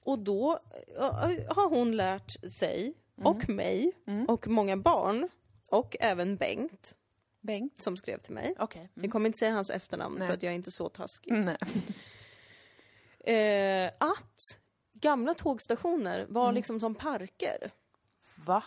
A: Och då eh, har hon lärt sig, och mig, och många barn, och även Bengt
B: Bengt.
A: som skrev till mig.
B: Okej.
A: Jag kommer inte säga hans efternamn
B: Nej.
A: för att jag är inte så taskig.
B: Nej.
A: Eh, att gamla tågstationer var
B: Mm.
A: liksom som parker.
B: Va?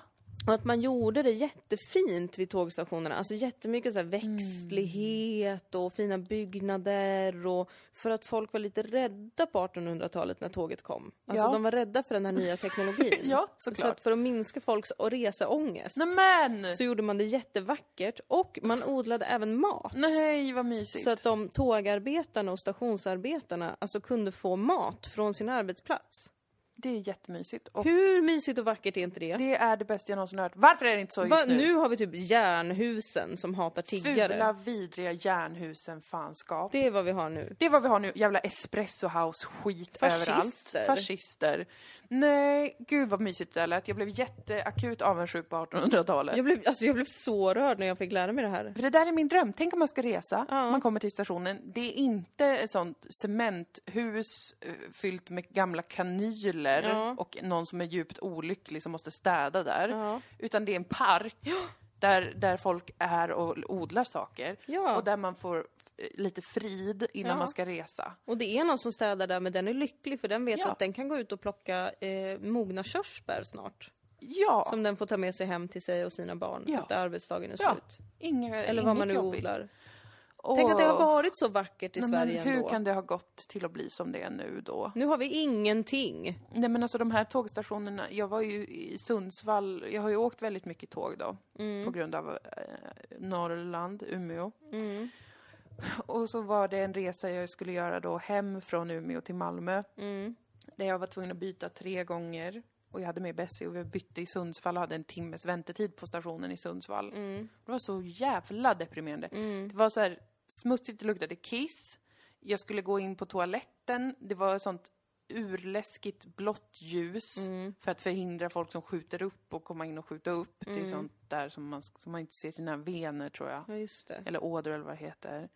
A: Och att man gjorde det jättefint vid tågstationerna. Alltså jättemycket så här växtlighet och fina byggnader och för att folk var lite rädda på 1800-talet när tåget kom. Alltså
B: Ja.
A: de var rädda för den här nya teknologin.
B: [LAUGHS] Ja,
A: Så
B: såklart.
A: att för att minska folks och resaångest
B: Nämen!
A: så gjorde man det jättevackert och man odlade även mat.
B: Nej, vad mysigt.
A: Så att de tågarbetarna och stationsarbetarna alltså kunde få mat från sin arbetsplats.
B: Det är jättemysigt. Och
A: Hur mysigt och vackert är inte det?
B: det är det bästa jag någonsin hört. Varför är det inte så just
A: Va,
B: nu?
A: nu har vi typ järnhusen som hatar tiggare.
B: Fula, vidriga järnhusen fanskap. Det...
A: Det är vad vi har nu.
B: är vad vi har nu. Jävla espresso house skit
A: Fascister.
B: överallt. Fascister. Nej, gud vad mysigt det där lät. Jag blev jätteakut avundsjuk på 1800-talet.
A: Jag blev, alltså jag blev så rörd när jag fick lära mig det här.
B: För det där är min dröm. Tänk om man ska resa,
A: Ja.
B: man kommer till stationen. Det är inte ett sånt cementhus eh, fyllt med gamla kanyler
A: Ja.
B: och någon som är djupt olycklig som måste städa där.
A: Ja.
B: Utan det är en park där, där folk är och odlar saker.
A: Ja.
B: Och där man får eh, lite frid innan
A: Ja.
B: man ska resa.
A: Och det är någon som städar där men den är lycklig för den vet
B: Ja.
A: att den kan gå ut och plocka eh, mogna körsbär snart.
B: Ja,
A: Som den får ta med sig hem till sig och sina barn
B: Ja.
A: efter arbetsdagen är
B: ja.
A: slut.
B: Inga,
A: Eller vad
B: inget
A: man nu
B: jobbigt.
A: odlar.
B: Åh.
A: Tänk att det har varit så vackert i
B: Nej,
A: Sverige
B: men hur
A: ändå.
B: kan det ha gått till att bli som det är nu då?
A: Nu har vi ingenting.
B: Nej men alltså de här tågstationerna, jag var ju i Sundsvall, jag har ju åkt väldigt mycket tåg då på grund av eh, Norrland, Umeå. Och så var det en resa jag skulle göra då hem från Umeå till Malmö.
A: Mm,
B: Där jag var tvungen att byta tre gånger. Och jag hade med Bessie och vi bytte i Sundsvall och hade en timmes väntetid på stationen i Sundsvall. Det var så jävla deprimerande. Det var så här smutsigt, det luktade kiss. Jag skulle gå in på toaletten. Det var sånt urläskigt blått ljus för att förhindra folk som skjuter upp och komma in och skjuta upp. Det är sånt där som man, som man inte ser sina vener tror jag.
A: Ja just det.
B: Eller ådror eller vad det heter.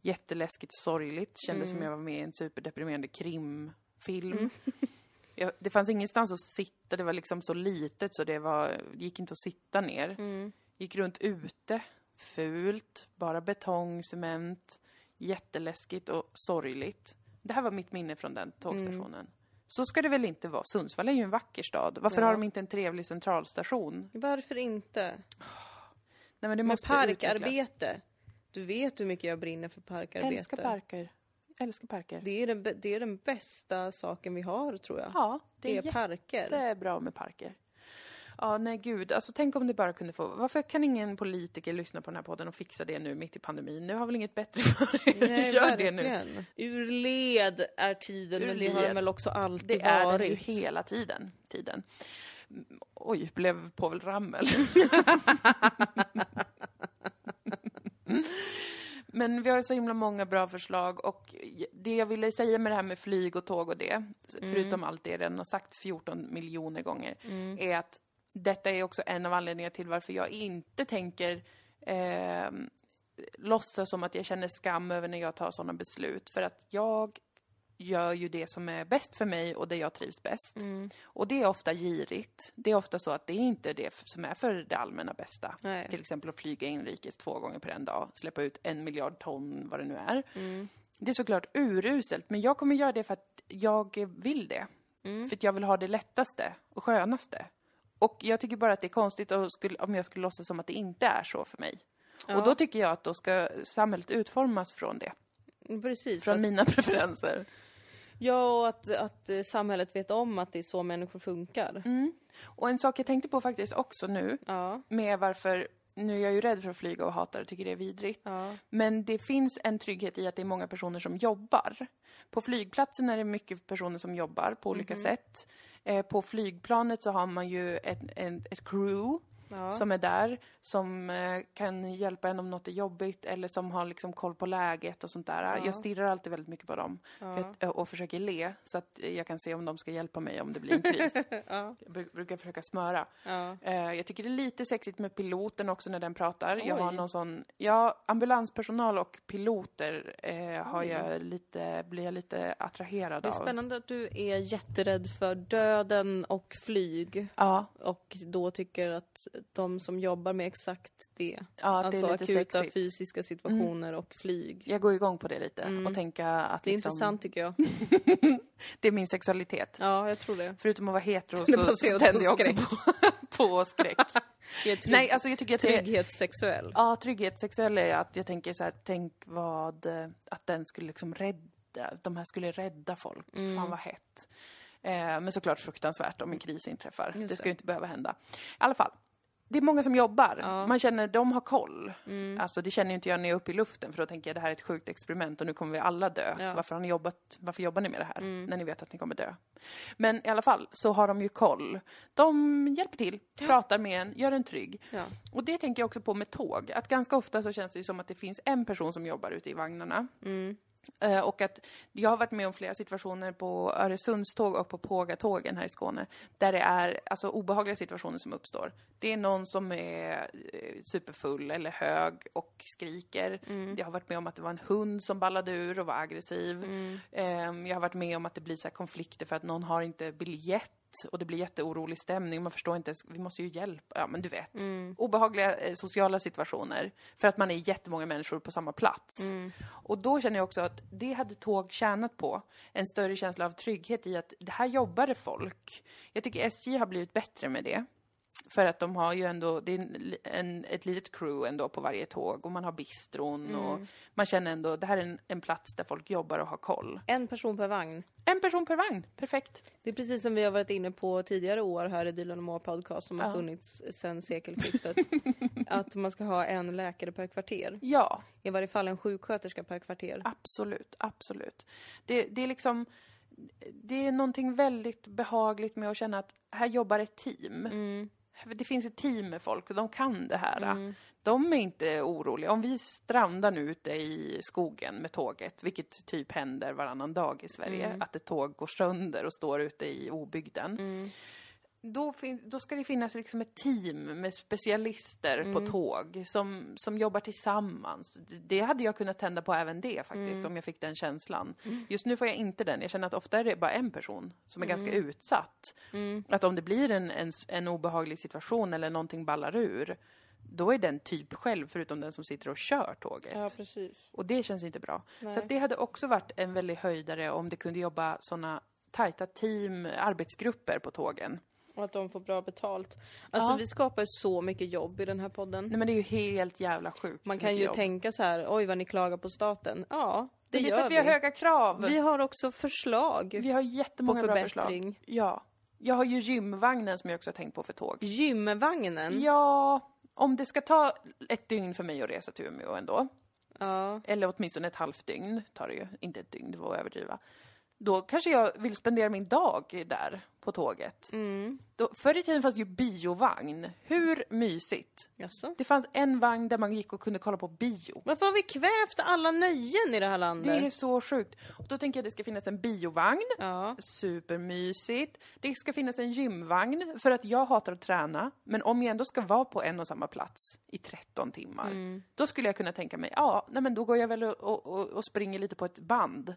B: Jätteläskigt, sorgligt. Kändes
A: Mm.
B: som jag var med i en superdeprimerande krimfilm. [LAUGHS] Jag, det fanns ingenstans att sitta, det var liksom så litet så det var, det gick inte att sitta ner.
A: Mm.
B: Gick runt ute, fult, bara betong, cement. Jätteläskigt och sorgligt. Det här var mitt minne från den tågstationen.
A: Mm.
B: Så ska det väl inte vara? Sundsvall är ju en vacker stad. Varför har de inte en trevlig centralstation?
A: Varför inte?
B: Nej, men det
A: Med
B: måste utvecklas.
A: parkarbete. Du vet hur mycket jag brinner för parkarbete.
B: Älskar parker. Älskar parker.
A: Det är, den, bä- det är den bästa saken vi har tror jag.
B: Ja,
A: det,
B: det
A: är [LAUGHS]
B: är
A: parker.
B: jättebra med parker. Ja, nej gud. Alltså tänk om det bara kunde få... Varför kan ingen politiker lyssna på den här podden och fixa det nu mitt i pandemin? Nu har väl inget bättre [LAUGHS] för er? Gör det nu.
A: verkligen. Ur led är tiden,
B: Ur
A: men det har den
B: led.
A: väl också alltid
B: Det är den ju
A: varit.
B: hela tiden. tiden. Mm, Oj, blev Povel Ramel. [LAUGHS] Men vi har ju så himla många bra förslag och det jag ville säga med det här med flyg och tåg och det, förutom allt det jag redan har sagt 14 miljoner gånger,
A: Mm,
B: är att detta är också en av anledningarna till varför jag inte tänker ehm, låtsas som att jag känner skam över när jag tar sådana beslut. För att jag gör ju det som är bäst för mig och det jag trivs bäst. Och det är ofta girigt. Det är ofta så att det är inte det f- som är för det allmänna bästa.
A: Nej.
B: Till exempel att flyga inrikes två gånger per en dag, släppa ut en miljard ton, vad det nu är. Det är såklart uruselt, men jag kommer göra det för att jag vill det. För att jag vill ha det lättaste och skönaste. Och jag tycker bara att det är konstigt att skulle, om jag skulle låtsas som att det inte är så för mig. Och då tycker jag att då ska samhället utformas från det.
A: Precis.
B: Från
A: att-
B: mina [LAUGHS] preferenser.
A: Ja, och att, att eh, samhället vet om att det är så människor funkar.
B: Och en sak jag tänkte på faktiskt också nu,
A: Ja.
B: med varför, nu är jag ju rädd för att flyga och hatar och tycker det är vidrigt. Men det finns en trygghet i att det är många personer som jobbar. På flygplatsen är det mycket personer som jobbar på olika sätt. Eh, på flygplanet så har man ju ett, en- ett crew som är där, som eh, kan hjälpa en om något är jobbigt eller som har liksom koll på läget och sånt där. Jag stirrar alltid väldigt mycket på dem för att, eh, och försöker le så att eh, jag kan se om de ska hjälpa mig om det blir en kris. Jag bru- brukar försöka smöra. Eh, Jag tycker det är lite sexigt med piloten också när den pratar. Jag har
A: Oj.
B: någon sån, ja, ambulanspersonal och piloter eh, har jag lite, blir jag lite attraherad
A: Det är
B: av.
A: spännande att du är jätterädd för döden och flyg
B: Ja,
A: och då tycker att de som jobbar med exakt det,
B: ja det
A: alltså
B: är lite
A: akuta
B: sexigt. Mm.
A: fysiska situationer och flyg.
B: Jag går igång på det lite och tänka att
A: Mm. Det är
B: liksom,
A: intressant tycker
B: [LAUGHS]
A: jag.
B: det är min sexualitet.
A: Ja, jag tror
B: [LAUGHS]
A: det.
B: Förutom att vara hetero
A: Det är
B: så
A: baserat
B: tänder
A: på
B: jag också
A: [LAUGHS]
B: på, på skräck.
A: Det är trygg,
B: Nej, alltså jag tycker att det,
A: trygghetssexuell.
B: Ja, trygghet sexuell är att jag tänker så här, tänk vad, eh, att den skulle liksom rädda, de här skulle rädda folk. Fan vad hett. Eh, men såklart fruktansvärt om en kris inträffar. det ska ju inte behöva hända. I alla fall. Det är många som jobbar. Man känner, de har koll. Alltså det känner ju inte jag när jag är uppe i luften för då tänker jag det här är ett sjukt experiment och nu kommer vi alla dö.
A: Ja.
B: Varför har ni jobbat, varför jobbar ni med det här? När ni vet att ni kommer dö. Men i alla fall så har de ju koll. De hjälper till, pratar med en, gör en trygg.
A: Ja.
B: Och det tänker jag också på med tåg, att ganska ofta så känns det ju som att det finns en person som jobbar ute i vagnarna.
A: Mm.
B: Eh, Och att jag har varit med om flera situationer på Öresundståg och på Pågatågen här i Skåne där det är alltså, obehagliga situationer som uppstår. Det är någon som är eh, superfull eller hög och skriker. Jag har varit med om att det var en hund som ballade ur och var aggressiv. Eh, Jag har varit med om att det blir så här konflikter för att någon har inte biljett och det blir jätteorolig stämning. Man förstår inte, ens- vi måste ju hjälpa. Ja, men du vet. Obehagliga eh, sociala situationer för att man är jättemånga människor på samma plats. Och då känner jag också att det hade tåg tjänat på. En större känsla av trygghet i att det här jobbade folk. Jag tycker SJ har blivit bättre med det. För att de har ju ändå, det är en, en, ett litet crew ändå på varje tåg och man har bistron och man känner ändå, det här är en, en plats där folk jobbar och har koll.
A: En person per vagn.
B: En person per vagn, perfekt.
A: Det är precis som vi har varit inne på tidigare år här i Dylan och Moa podcast som har funnits sedan
B: [LAUGHS]
A: sekelskiftet. att man ska ha en läkare per kvarter.
B: Ja,
A: I varje fall en sjuksköterska per kvarter.
B: Absolut, absolut. Det, det är liksom... Det är någonting väldigt behagligt med att känna att här jobbar ett team.
A: Mm.
B: Det finns ett team med folk och de kan det här. De är inte oroliga. Om vi strandar nu ute i skogen med tåget, vilket typ händer varannan dag i Sverige, att ett tåg går sönder och står ute i obygden då, fin- då ska det finnas liksom ett team med specialister på tåg som, som jobbar tillsammans. D- Det hade jag kunnat tända på även det faktiskt, om jag fick den känslan. Just nu får jag inte den. Jag känner att ofta är det bara en person som är ganska utsatt.
A: Mm.
B: Att om det blir en, en, s- en obehaglig situation eller någonting ballar ur, då är den typ själv, förutom den som sitter och kör tåget.
A: precis.
B: Och det känns inte bra. Så att det hade också varit en väldig höjdare om det kunde jobba såna tajta team, arbetsgrupper på tågen.
A: Och att de får bra betalt. Alltså
B: Ja.
A: vi skapar så mycket jobb i den här podden.
B: Nej men det är ju helt jävla sjukt.
A: Man kan
B: mycket
A: ju
B: jobb.
A: tänka så här, oj vad ni klagar på staten. Ja, det,
B: Men det är
A: gör
B: för att vi
A: vi.
B: har höga krav.
A: Vi
B: Vi,
A: har också förslag.
B: har jättemånga
A: På
B: bra förslag.
A: förbättring.
B: Ja. Jag har ju gymvagnen som jag också har tänkt på för tåg.
A: Gymvagnen.
B: Ja, om det ska ta ett dygn för mig att resa till Umeå ändå,
A: Ja.
B: eller åtminstone ett halvt dygn tar det ju, inte ett dygn, det var att överdriva. Då kanske jag vill spendera min dag där på tåget. Då, förr i tiden fanns ju biovagn. Hur mysigt?
A: Jaså?
B: Det fanns en vagn där man gick och kunde kolla på bio.
A: Varför har vi kvävt alla nöjen i det här landet?
B: Det är så sjukt. Och då tänker jag att det ska finnas en biovagn.
A: Ja.
B: Supermysigt. Det ska finnas en gymvagn, för att jag hatar att träna. Men om jag ändå ska vara på en och samma plats i 13 timmar, då skulle jag kunna tänka mig, ja, nej men då går jag väl och, och, och springer lite på ett band.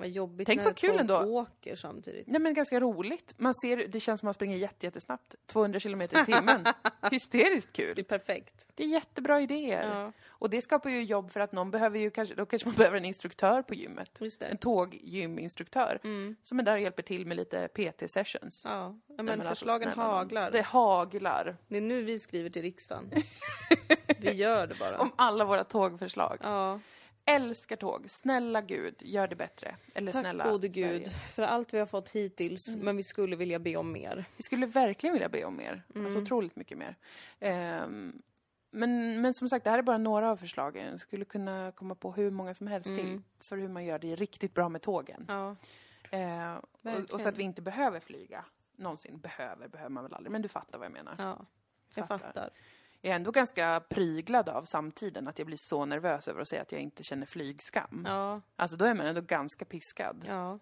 A: Vad jobbigt
B: Tänk
A: när
B: vad kul
A: folk
B: ändå.
A: åker samtidigt.
B: Nej men ganska roligt. Man ser, det känns som man springer jätte, jättesnabbt. 200 kilometer
A: [LAUGHS]
B: i timmen. Hysteriskt
A: Det är
B: kul.
A: perfekt.
B: Det är jättebra idéer.
A: Ja.
B: Och det skapar ju jobb för att någon behöver ju kanske, då kanske man behöver en instruktör på gymmet.
A: Just det. Mm.
B: En tåggyminstruktör. Som är där och hjälper till med lite PT-sessions.
A: Ja, men,
B: Nej, alltså,
A: förslagen
B: snälla nån.
A: haglar.
B: Det
A: Det...
B: haglar.
A: är nu vi skriver till
B: [LAUGHS]
A: riksdagen. vi gör det bara.
B: Om alla våra tågförslag.
A: Ja,
B: Älskar tåg. Snälla Gud, gör det bättre. Eller
A: tack
B: snälla
A: gode
B: Sverige. Mm.
A: gud för allt vi har fått hittills, men vi skulle vilja be om mer.
B: Vi skulle verkligen vilja be om mer.
A: Mm.
B: Alltså otroligt mycket mer. Ehm, men, men som sagt, det här är bara några av förslagen. Jag skulle kunna komma på hur många som helst
A: Mm.
B: till för hur man gör det riktigt bra med tågen.
A: Ja,
B: Ehm, och, och så
A: verkligen.
B: att vi inte behöver flyga. Någonsin. Behöver behöver man väl aldrig, men du fattar vad jag menar.
A: ja. jag
B: Fattar.
A: fattar.
B: Jag är ändå ganska pryglad av samtiden, att jag blir så nervös över att säga att jag inte känner flygskam.
A: Ja,
B: Alltså då är man ändå ganska piskad.
A: ja.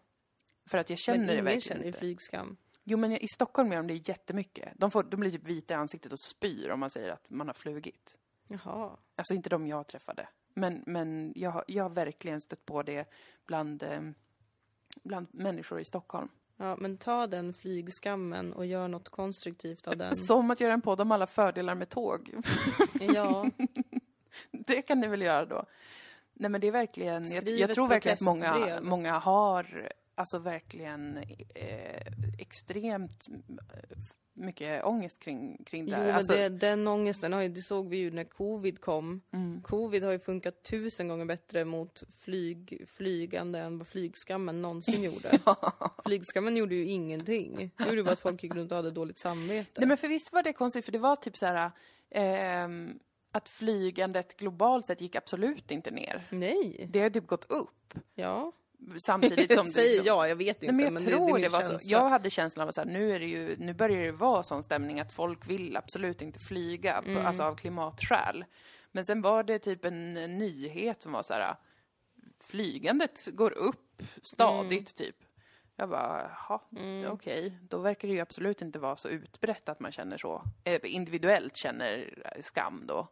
B: För att jag känner
A: Men
B: det
A: ingen
B: verkligen
A: känner ju
B: inte.
A: flygskam.
B: Jo men i Stockholm gör de det jättemycket. De, får, de blir typ vita i ansiktet och spyr om man säger att man har flugit.
A: Jaha.
B: Alltså inte de jag träffade. Men, men jag, har- jag har verkligen stött på det bland, eh, bland människor i Stockholm.
A: Ja, men ta den flygskammen och gör något konstruktivt av den.
B: [LAUGHS] Som att göra en podd om alla fördelar med tåg. [LAUGHS]
A: Ja,
B: det kan ni väl göra då? Nej men det är verkligen, jag,
A: Skriv
B: jag
A: ett
B: tror verkligen att många,
A: protestbrev.
B: många har alltså verkligen eh, extremt eh, mycket ångest kring, kring det
A: jo,
B: här.
A: men
B: Alltså,
A: det, den ångesten har ju, det såg vi ju när covid kom.
B: mm.
A: Covid har ju funkat tusen gånger bättre mot flyg, flygande än vad flygskammen
B: [LAUGHS]
A: någonsin gjorde. Flygskammen gjorde ju ingenting. Det gjorde ju bara att folk gick runt och hade dåligt samvete.
B: Nej men för visst var det konstigt, för det var typ så här ehm, att flygandet globalt sett gick absolut inte ner.
A: Nej.
B: Det har typ gått upp
A: Ja.
B: samtidigt som det
A: [LAUGHS] Säger
B: liksom-
A: jag, jag vet inte.
B: Nej, men jag
A: det-
B: tror
A: det, är
B: det,
A: min
B: var så.
A: känsla.
B: Jag hade känslan av att nu, är det ju, nu börjar det vara sån stämning att folk vill absolut inte flyga, på,
A: Mm.
B: alltså av klimatskäl. Men sen var det typ en nyhet som var så här, flygandet går upp stadigt
A: Mm.
B: typ. Jag bara, jaha, okej. Då verkar det ju absolut inte vara så utbrett att man känner så. Eh, Individuellt känner skam då.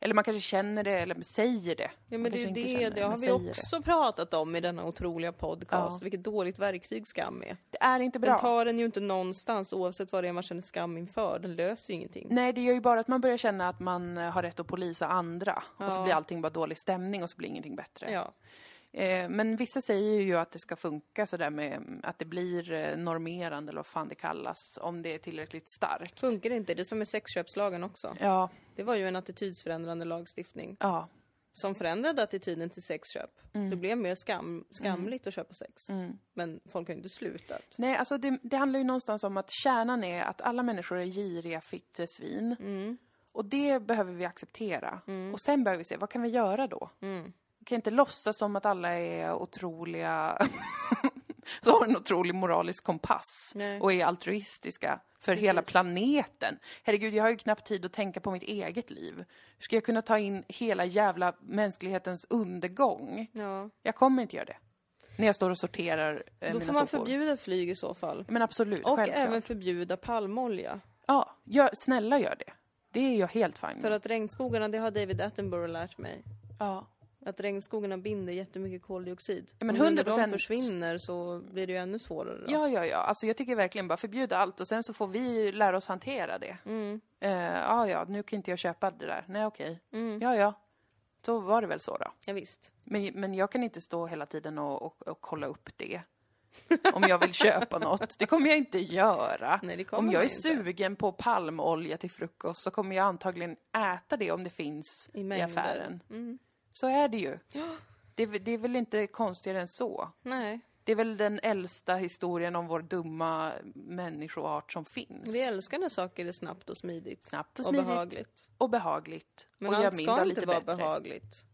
B: Eller man kanske känner det eller säger det.
A: Ja,
B: Man
A: men det, är
B: kanske
A: ju
B: inte
A: det,
B: känner
A: det har
B: men
A: vi
B: säger
A: också pratat om i denna otroliga podcast.
B: Ja.
A: Vilket dåligt verktyg skam är.
B: Det. det är inte bra.
A: Den tar den ju inte någonstans oavsett vad det är man känner skam inför. Den löser ju ingenting.
B: Nej, det gör ju bara att man börjar känna att man eh, har rätt att polisa andra. Och så blir allting bara dålig stämning och så blir ingenting bättre.
A: Ja.
B: Eh, men vissa säger ju att det ska funka sådär med att det blir eh, normerande eller vad fan det kallas om det är tillräckligt starkt.
A: Funkar det inte? Det är som med sexköpslagen också.
B: Ja,
A: Det var ju en attitydsförändrande lagstiftning
B: ja.
A: som förändrade attityden till sexköp.
B: Mm.
A: Det blev mer skam, skamligt att köpa sex. Men folk har ju inte slutat.
B: Nej, alltså det, det handlar ju någonstans om att kärnan är att alla människor är giriga fittesvin.
A: Mm.
B: Och det behöver vi acceptera. Och sen behöver vi se, vad kan vi göra då?
A: Mm.
B: Vi kan inte låtsas som att alla är otroliga... [LAUGHS] som har en otrolig moralisk kompass
A: Nej.
B: och är altruistiska för hela planeten. Herregud, jag har ju knappt tid att tänka på mitt eget liv. Hur ska jag kunna ta in hela jävla mänsklighetens undergång?
A: Ja.
B: Jag kommer inte göra det. När jag står och sorterar eh,
A: Då
B: mina
A: får man
B: sopor.
A: förbjuda flyg i så fall.
B: Men absolut,
A: Och
B: självklart.
A: även förbjuda palmolja.
B: Ja, gör, snälla gör det. Det är jag helt fine
A: För
B: med.
A: att regnskogarna, det har David Attenborough lärt mig.
B: Ja.
A: Att regnskogarna binder jättemycket koldioxid.
B: men
A: Om nu
B: 100%
A: de försvinner så blir det ju ännu svårare då.
B: ja, ja, ja. Alltså jag tycker verkligen bara förbjuda allt och sen så får vi lära oss hantera det.
A: Mm.
B: Eh, ja, ja, nu kan inte jag köpa det där. Nej, okej.
A: Mm.
B: Ja, ja. Då var det väl så då.
A: Ja, visst.
B: Men, men jag kan inte stå hela tiden och, och, och kolla upp
A: [LAUGHS]
B: det. Om jag vill köpa något. Det kommer jag inte göra.
A: Nej, det kommer
B: om jag
A: man
B: är
A: inte.
B: sugen på palmolja till frukost så kommer jag antagligen äta det om det finns
A: I Mm.
B: i,
A: mängder.
B: affären. Så är det ju. Det, är väl- det är väl inte konstigare än så.
A: Nej.
B: Det är väl den äldsta historien om vår dumma människoart som finns.
A: Vi älskar när saker är snabbt och smidigt.
B: Snabbt och smidigt.
A: behagligt.
B: Och behagligt.
A: Men
B: och gör
A: allt
B: min dag
A: ska inte
B: lite
A: vara
B: bättre.
A: behagligt.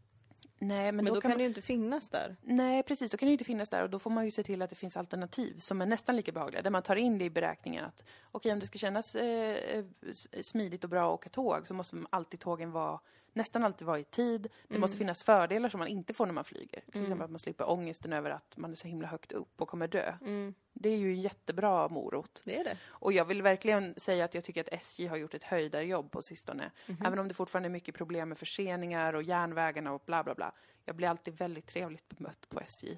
B: Nej, men,
A: Men
B: då, kan,
A: det ju inte finnas där.
B: Nej, precis. Då kan det ju inte finnas där och då får man ju se till att det finns alternativ som är nästan lika behagliga. Där man tar in det i beräkningen att okej, om det ska kännas eh, eh, s- smidigt och bra att åka tåg så måste man alltid tågen vara nästan alltid vara i tid.
A: Mm.
B: Det måste finnas fördelar som man inte får när man flyger. Till exempel att man slipper ångesten över att man är så himla högt upp och kommer dö. Det är ju en jättebra morot.
A: Det är det.
B: Och jag vill verkligen säga att jag tycker att SJ har gjort ett höjdarjobb på sistone.
A: Mhm.
B: Även om det fortfarande är mycket problem med
A: Mm.
B: Mm. förseningar och järnvägarna och bla bla bla. Jag blir alltid väldigt trevligt bemött på SJ.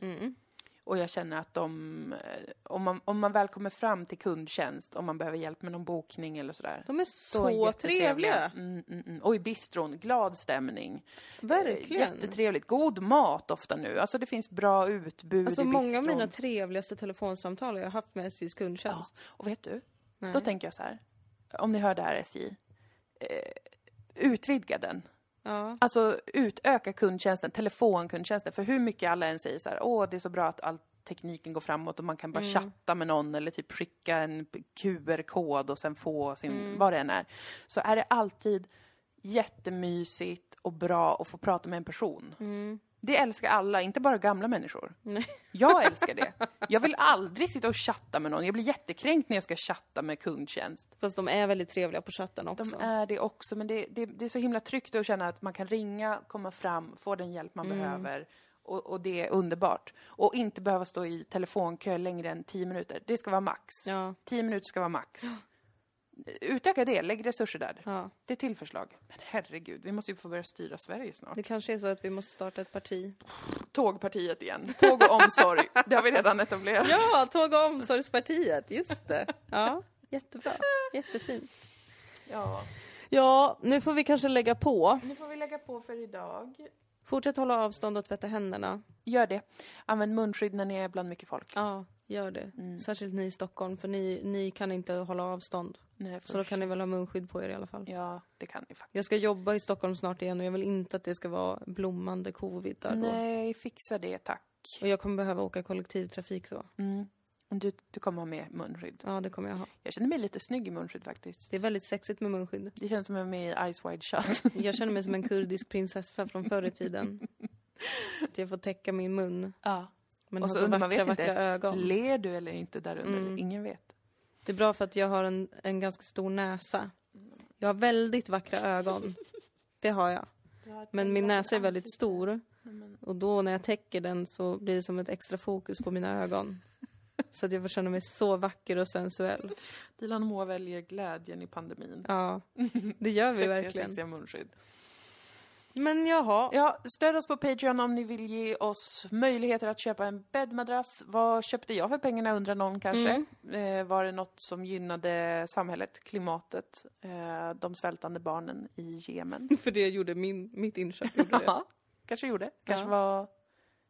B: Och jag känner att de, eh, om man, om man väl kommer fram till kundtjänst, om man behöver hjälp med någon bokning eller sådär.
A: De är
B: så
A: så
B: jättetrevliga.
A: trevliga.
B: Mm, mm, mm. Och i bistron, glad stämning.
A: Verkligen.
B: Eh, Jättetrevligt. God mat ofta nu. Alltså det finns bra utbud
A: Alltså
B: i
A: många av
B: bistron.
A: mina trevligaste telefonsamtal har jag haft med SJs
B: ja.
A: kundtjänst.
B: Och vet du?
A: Nej.
B: Då tänker jag så här. Om ni hör det här SJ. Eh, utvidga den.
A: Ja.
B: Alltså utöka kundtjänsten, telefonkundtjänsten. För hur mycket alla än säger så här, åh det är så bra att all tekniken går framåt och man kan bara chatta med någon eller typ skicka en QR-kod och sen få sin, vad det än är. Så är det alltid jättemysigt och bra att få prata med en person.
A: Mm.
B: Det älskar alla, inte bara gamla människor.
A: Nej.
B: Jag älskar det. Jag vill aldrig sitta och chatta med någon. Jag blir jättekränkt när jag ska chatta med kundtjänst.
A: Fast de är väldigt trevliga på chatten också.
B: De är det också, men det, det, det är så himla tryggt att känna att man kan ringa, komma fram, få den hjälp man behöver. Och, och det är underbart. Och inte behöva stå i telefonkö längre än 10 minuter. Det ska vara max.
A: Ja.
B: 10 minuter ska vara max. Utöka det, lägg resurser där.
A: ja.
B: Det är tillförslag. Men herregud, vi måste ju få börja styra Sverige snart.
A: Det kanske är så att vi måste starta ett parti.
B: Tågpartiet igen. Tåg och [LAUGHS] omsorg. det har vi redan
A: [LAUGHS]
B: etablerat.
A: Ja, Tåg och omsorgspartiet, just det. Ja, jättebra. Jättefint.
B: ja.
A: Ja, nu får vi kanske lägga på.
B: Nu får vi lägga på för idag.
A: Fortsätt hålla avstånd och tvätta händerna.
B: Gör det. Använd munskydd när ni är bland mycket folk.
A: Ja, gör det.
B: Mm.
A: Särskilt ni i Stockholm, för ni, ni kan inte hålla avstånd.
B: Nej,
A: Så då kan ni väl ha munskydd på er i alla fall.
B: Ja, det kan ni faktiskt.
A: Jag ska jobba i Stockholm snart igen och jag vill inte att det ska vara blommande covid där då.
B: Nej, fixa det tack.
A: Och jag kommer behöva åka kollektivtrafik då.
B: Mm. Du, du kommer ha med munskydd.
A: Ja, det kommer jag ha.
B: Jag känner mig lite snygg i munskydd faktiskt.
A: Det är väldigt sexigt med munskydd.
B: Det känns som jag är med i Ice
A: [LAUGHS]
B: Wide Shut.
A: Jag känner mig som en kurdisk prinsessa från förr i
B: [LAUGHS]
A: tiden. Att jag får täcka min mun.
B: ja.
A: Men
B: Och
A: har
B: så
A: så
B: undrar
A: vackra,
B: man, vet inte.
A: vackra ögon. Mm.
B: Ler du eller inte där under? Ingen vet.
A: Det är bra för att jag har en, en ganska stor näsa. Jag har väldigt vackra ögon. Det har jag. Men min näsa är väldigt stor. Och då när jag täcker den så blir det som ett extra fokus på mina [LAUGHS] ögon. Så att jag får känna mig så vacker och sensuell.
B: Dilan Moa väljer glädjen i pandemin.
A: Ja, det gör vi
B: Sexiga,
A: verkligen.
B: sexiga munskydd.
A: Men jaha.
B: Ja, stöd oss på Patreon om ni vill ge oss möjligheter att köpa en bäddmadrass. Vad köpte jag för pengarna undrar någon kanske.
A: Mm.
B: Eh, var det något som gynnade samhället, klimatet, eh, de svältande barnen i Jemen?
A: [LAUGHS] För det gjorde min, mitt inköp. Gjorde det.
B: Ja, kanske gjorde. Kanske
A: Ja.
B: var...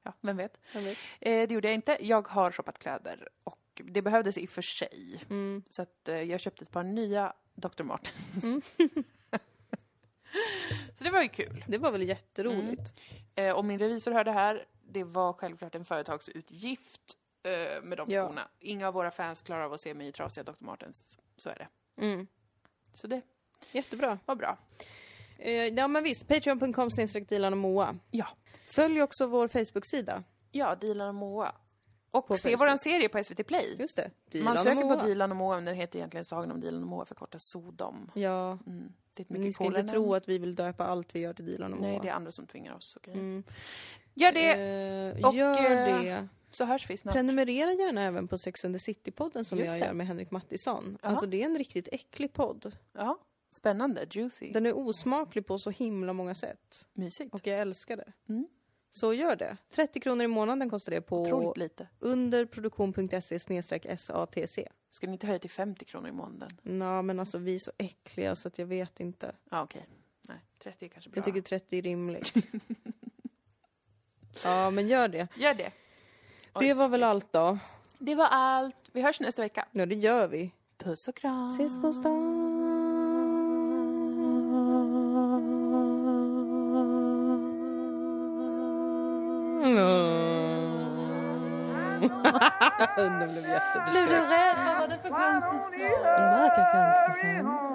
B: Ja, vem vet.
A: Jag vet.
B: Eh, det gjorde jag inte. Jag har shoppat kläder och det behövdes i och för sig.
A: Mm.
B: Så att eh, jag köpte ett par nya Dr. Martens. [LAUGHS] Så det var ju kul.
A: Det var väl jätteroligt.
B: Eh, och min revisor hörde här, det var självklart en företagsutgift eh, med de
A: Ja.
B: skorna. Inga av våra fans klarar av att se mig i trasiga Dr. Martens. Så är det.
A: Mm.
B: Så det
A: Jättebra.
B: var bra.
A: Eh, ja men visst, patreon.com snedstreck Dilan och Moa.
B: Ja.
A: Följ också vår Facebook-sida.
B: Ja, Dilan och Moa. Och
A: På
B: se
A: Facebook.
B: vår serie på SVT Play.
A: Just det.
B: Man
A: och
B: söker
A: Moa.
B: på Dilan och Moa, men den heter egentligen Sagan om Dilan och Moa förkortas Sodom.
A: Ja,
B: Mm. Det är ett
A: men ni
B: mycket
A: ska inte
B: coolare
A: tro
B: namn.
A: att vi vill döpa allt vi gör till Dilan och Moa.
B: Nej, det är andra som tvingar oss. Okay.
A: Mm.
B: Gör det,
A: Eh,
B: Och,
A: gör
B: eh,
A: det.
B: så hörs vi snart.
A: Prenumerera gärna även på Sex and the City-podden som
B: Just
A: jag
B: det.
A: gör med Henrik Mattisson.
B: Ja.
A: Alltså det är en riktigt äcklig podd.
B: Ja, spännande, juicy,
A: Den är osmaklig på så himla många sätt.
B: mysigt.
A: Och jag älskar det.
B: Mm.
A: Så gör det. 30 kronor i månaden kostar det på
B: Otroligt lite.
A: underproduktion.se satc.
B: Ska ni inte höja till 50 kronor i månaden?
A: Nå, men alltså vi är så äckliga så att jag vet inte.
B: Ja, okej. Nej, 30 är kanske bra.
A: Jag tycker 30 är rimligt. ja, men gör det.
B: Gör det. Oj,
A: Det var väl
B: snyggt.
A: allt då.
B: Det var allt. Vi hörs nästa vecka.
A: Ja, det gör vi.
B: Puss och kram.
A: Ses på [LAUGHS] stan. Hunden blev jättebeskruten.
B: Blev du rädd? Vad var det för konstig sång?
C: Mörka cancercell.